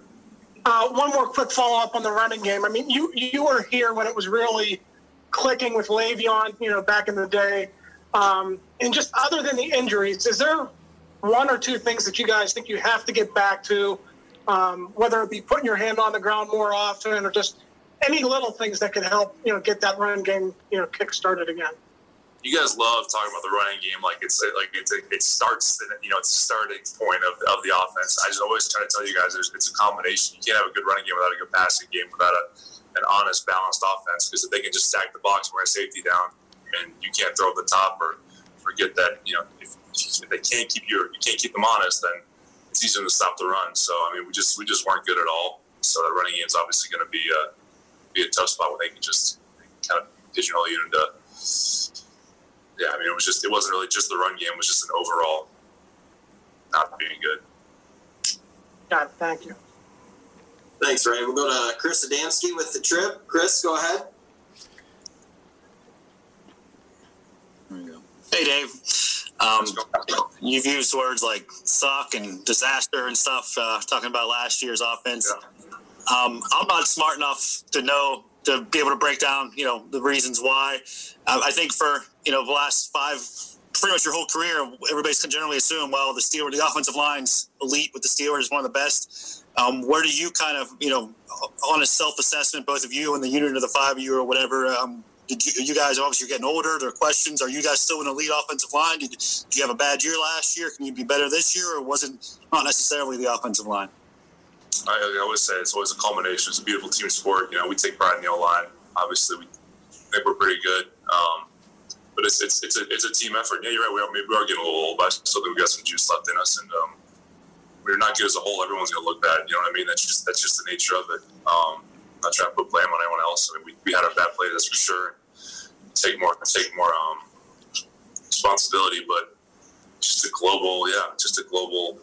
Uh, one more quick follow up on the running game. I mean, you you were here when it was really clicking with Le'Veon, you know, back in the day. Um, and just other than the injuries, is there one or two things that you guys think you have to get back to, um, whether it be putting your hand on the ground more often or just any little things that could help, you know, get that running game, you know, kick started again?
You guys love talking about the running game, like it's like it's, it starts, you know, it's a starting point of, of the offense. I just always try to tell you guys, there's, it's a combination. You can't have a good running game without a good passing game, without a, an honest, balanced offense. Because if they can just stack the box, and wear a safety down, and you can't throw over the top or, or get that, you know, if, if they can't keep you, you can't keep them honest, then it's easier to stop the run. So I mean, we just we just weren't good at all. So that running game is obviously going to be a be a tough spot where they can just kind of pigeonhole you into. Yeah, I mean, it was just it wasn't really just the run game; it was just an overall not being good.
God, thank you.
Thanks, Ray. We'll go to Chris Adamski with the trip. Chris, go ahead.
Hey, Dave. Um, you've used words like suck and disaster and stuff, uh, talking about last year's offense. Um, I'm not smart enough to know to be able to break down, you know, the reasons why. I, I think for you know the last five, pretty much your whole career, everybody's can generally assume, well, the Steelers, the offensive line's elite with the Steelers, one of the best. Um, where do you kind of, you know, on a self-assessment, both of you and the unit of the five of you or whatever, um, did you, you guys obviously you're getting older? There are questions. Are you guys still an elite offensive line? Did, did you have a bad year last year? Can you be better this year, or wasn't not necessarily the offensive line?
I, I always say it's always a culmination. It's a beautiful team sport. You know, we take pride in the O line. Obviously, we think we're pretty good. Um, but it's it's it's a, it's a team effort. Yeah, you're right. We are, maybe we are getting a little old, but I still think we got some juice left in us. And um, we're not good as a whole. Everyone's going to look bad. You know what I mean? That's just that's just the nature of it. Um, I'm not trying to put blame on anyone else. I mean, we, we had our bad play. That's for sure. Take more take more um, responsibility, but just a global yeah, just a global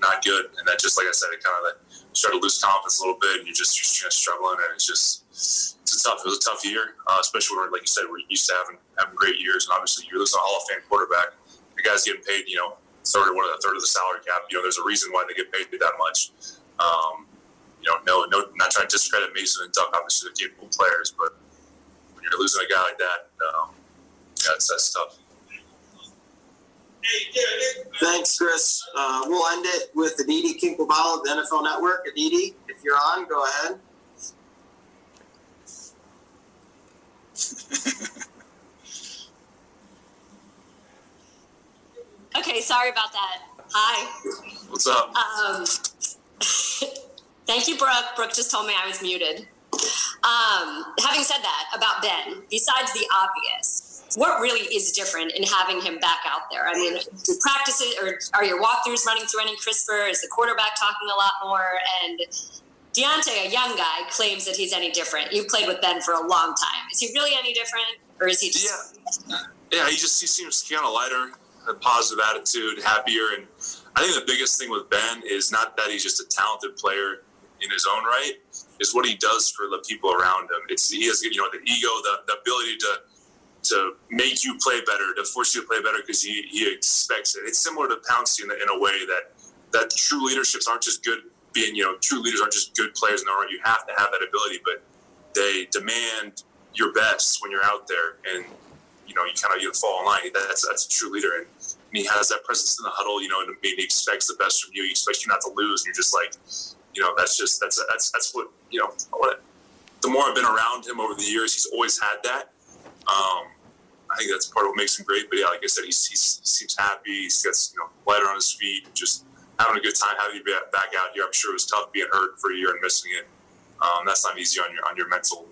not good. And that just like I said, it kind of like you start to lose confidence a little bit, and you're just you're just struggling, and it's just it's a tough. It was a tough year, uh, especially when, like you said, we're used to having having great years, and obviously you're losing a Hall of Fame quarterback. The guy's getting paid, you know, third what a third of the salary cap. You know, there's a reason why they get paid that much. Um, you know, no, no, not trying to discredit Mason and Duck. Obviously, they're capable players, but when you're losing a guy like that, um, yeah, that's that's tough.
Thanks, Chris. Uh, we'll end it with Aditi Kinklebaum of the NFL Network. Aditi, if you're on, go ahead.
Okay, sorry about that. Hi.
What's up?
Um, thank you, Brooke. Brooke just told me I was muted. Um, having said that about Ben, besides the obvious, what really is different in having him back out there? I mean, do practices or are your walkthroughs running through any crisper? Is the quarterback talking a lot more? And Deontay, a young guy, claims that he's any different. You played with Ben for a long time. Is he really any different, or is he just?
yeah, he just he seems kind of lighter, a positive attitude, happier, and I think the biggest thing with Ben is not that he's just a talented player in his own right, is what he does for the people around him. It's he has you know the ego, the, the ability to to make you play better, to force you to play better because he, he expects it. It's similar to Pouncey in, a- in a way that that true leaderships aren't just good being you know true leaders aren't just good players in their own right. You have to have that ability, but they demand your best when you're out there and you know, you kind of you fall in line. That's that's a true leader, and, and he has that presence in the huddle. You know, and he expects the best from you. He expects you not to lose, and you're just like, you know, that's just that's that's that's what you know. What, the more I've been around him over the years, he's always had that. Um, I think that's part of what makes him great. But yeah, like I said, he's, he's, he seems happy. He's got you know lighter on his feet, just having a good time having you ba- back out here. I'm sure it was tough being hurt for a year and missing it. Um, that's not easy on your on your mental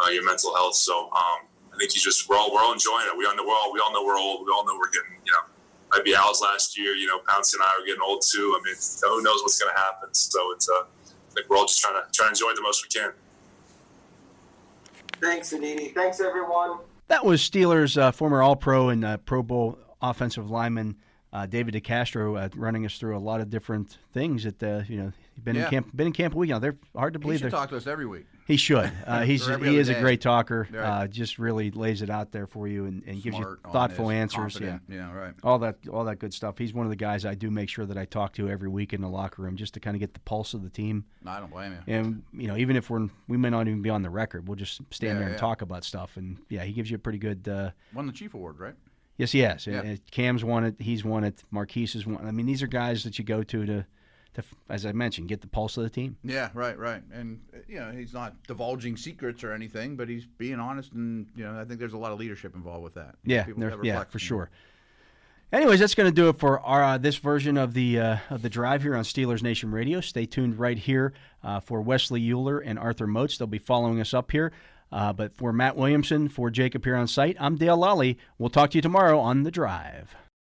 uh, your mental health. So um, I think he's just we're all we're all enjoying it. We all know we're all we all know we're old. We all know we're getting you know might be Al's last year. You know, Pouncey and I are getting old too. I mean, who knows what's going to happen? So it's uh, like we're all just trying to try to enjoy it the most we can.
Thanks, Aditi. Thanks, everyone.
That was Steelers uh, former All Pro and uh, Pro Bowl offensive lineman uh, David DeCastro uh, running us through a lot of different things that uh, you know he's been
Yeah.
in camp been in camp a week now. They're hard to
He
believe.
should
they're-
talk to us every week.
He should. Uh, he's
Or every
he
other
is a
day.
great talker.
Right.
Uh, just really lays it out there for you and, and gives you
Smart, honest,
thoughtful answers.
confident.
Yeah,
Yeah, right.
All that all that good stuff. He's one of the guys I do make sure that I talk to every week in the locker room just to kind of get the pulse of the team.
No, I don't blame you.
And you know, even if we're we may not even be on the record, we'll just stand
Yeah,
there and
yeah.
talk about stuff. And yeah, he gives you a pretty good. Uh,
Won the Chief Award, right?
Yes, he has. And-
Yeah.
and Cam's won it. He's won it. Marquise has won. I mean, these are guys that you go to to, to as I mentioned, get the pulse of the team.
Yeah, right, right. And uh, you know, he's not divulging secrets or anything, but he's being honest, and you know, I think there's a lot of leadership involved with that.
Yeah,
People
there-
gotta
yeah,
reflect.
for sure. Anyways, that's going to do it for our uh, this version of the uh, of the drive here on Steelers Nation Radio. Stay tuned right here uh, for Wesley Euler and Arthur Moats. They'll be following us up here. Uh, but for Matt Williamson, for Jacob here on site, I'm Dale Lally. We'll talk to you tomorrow on the drive.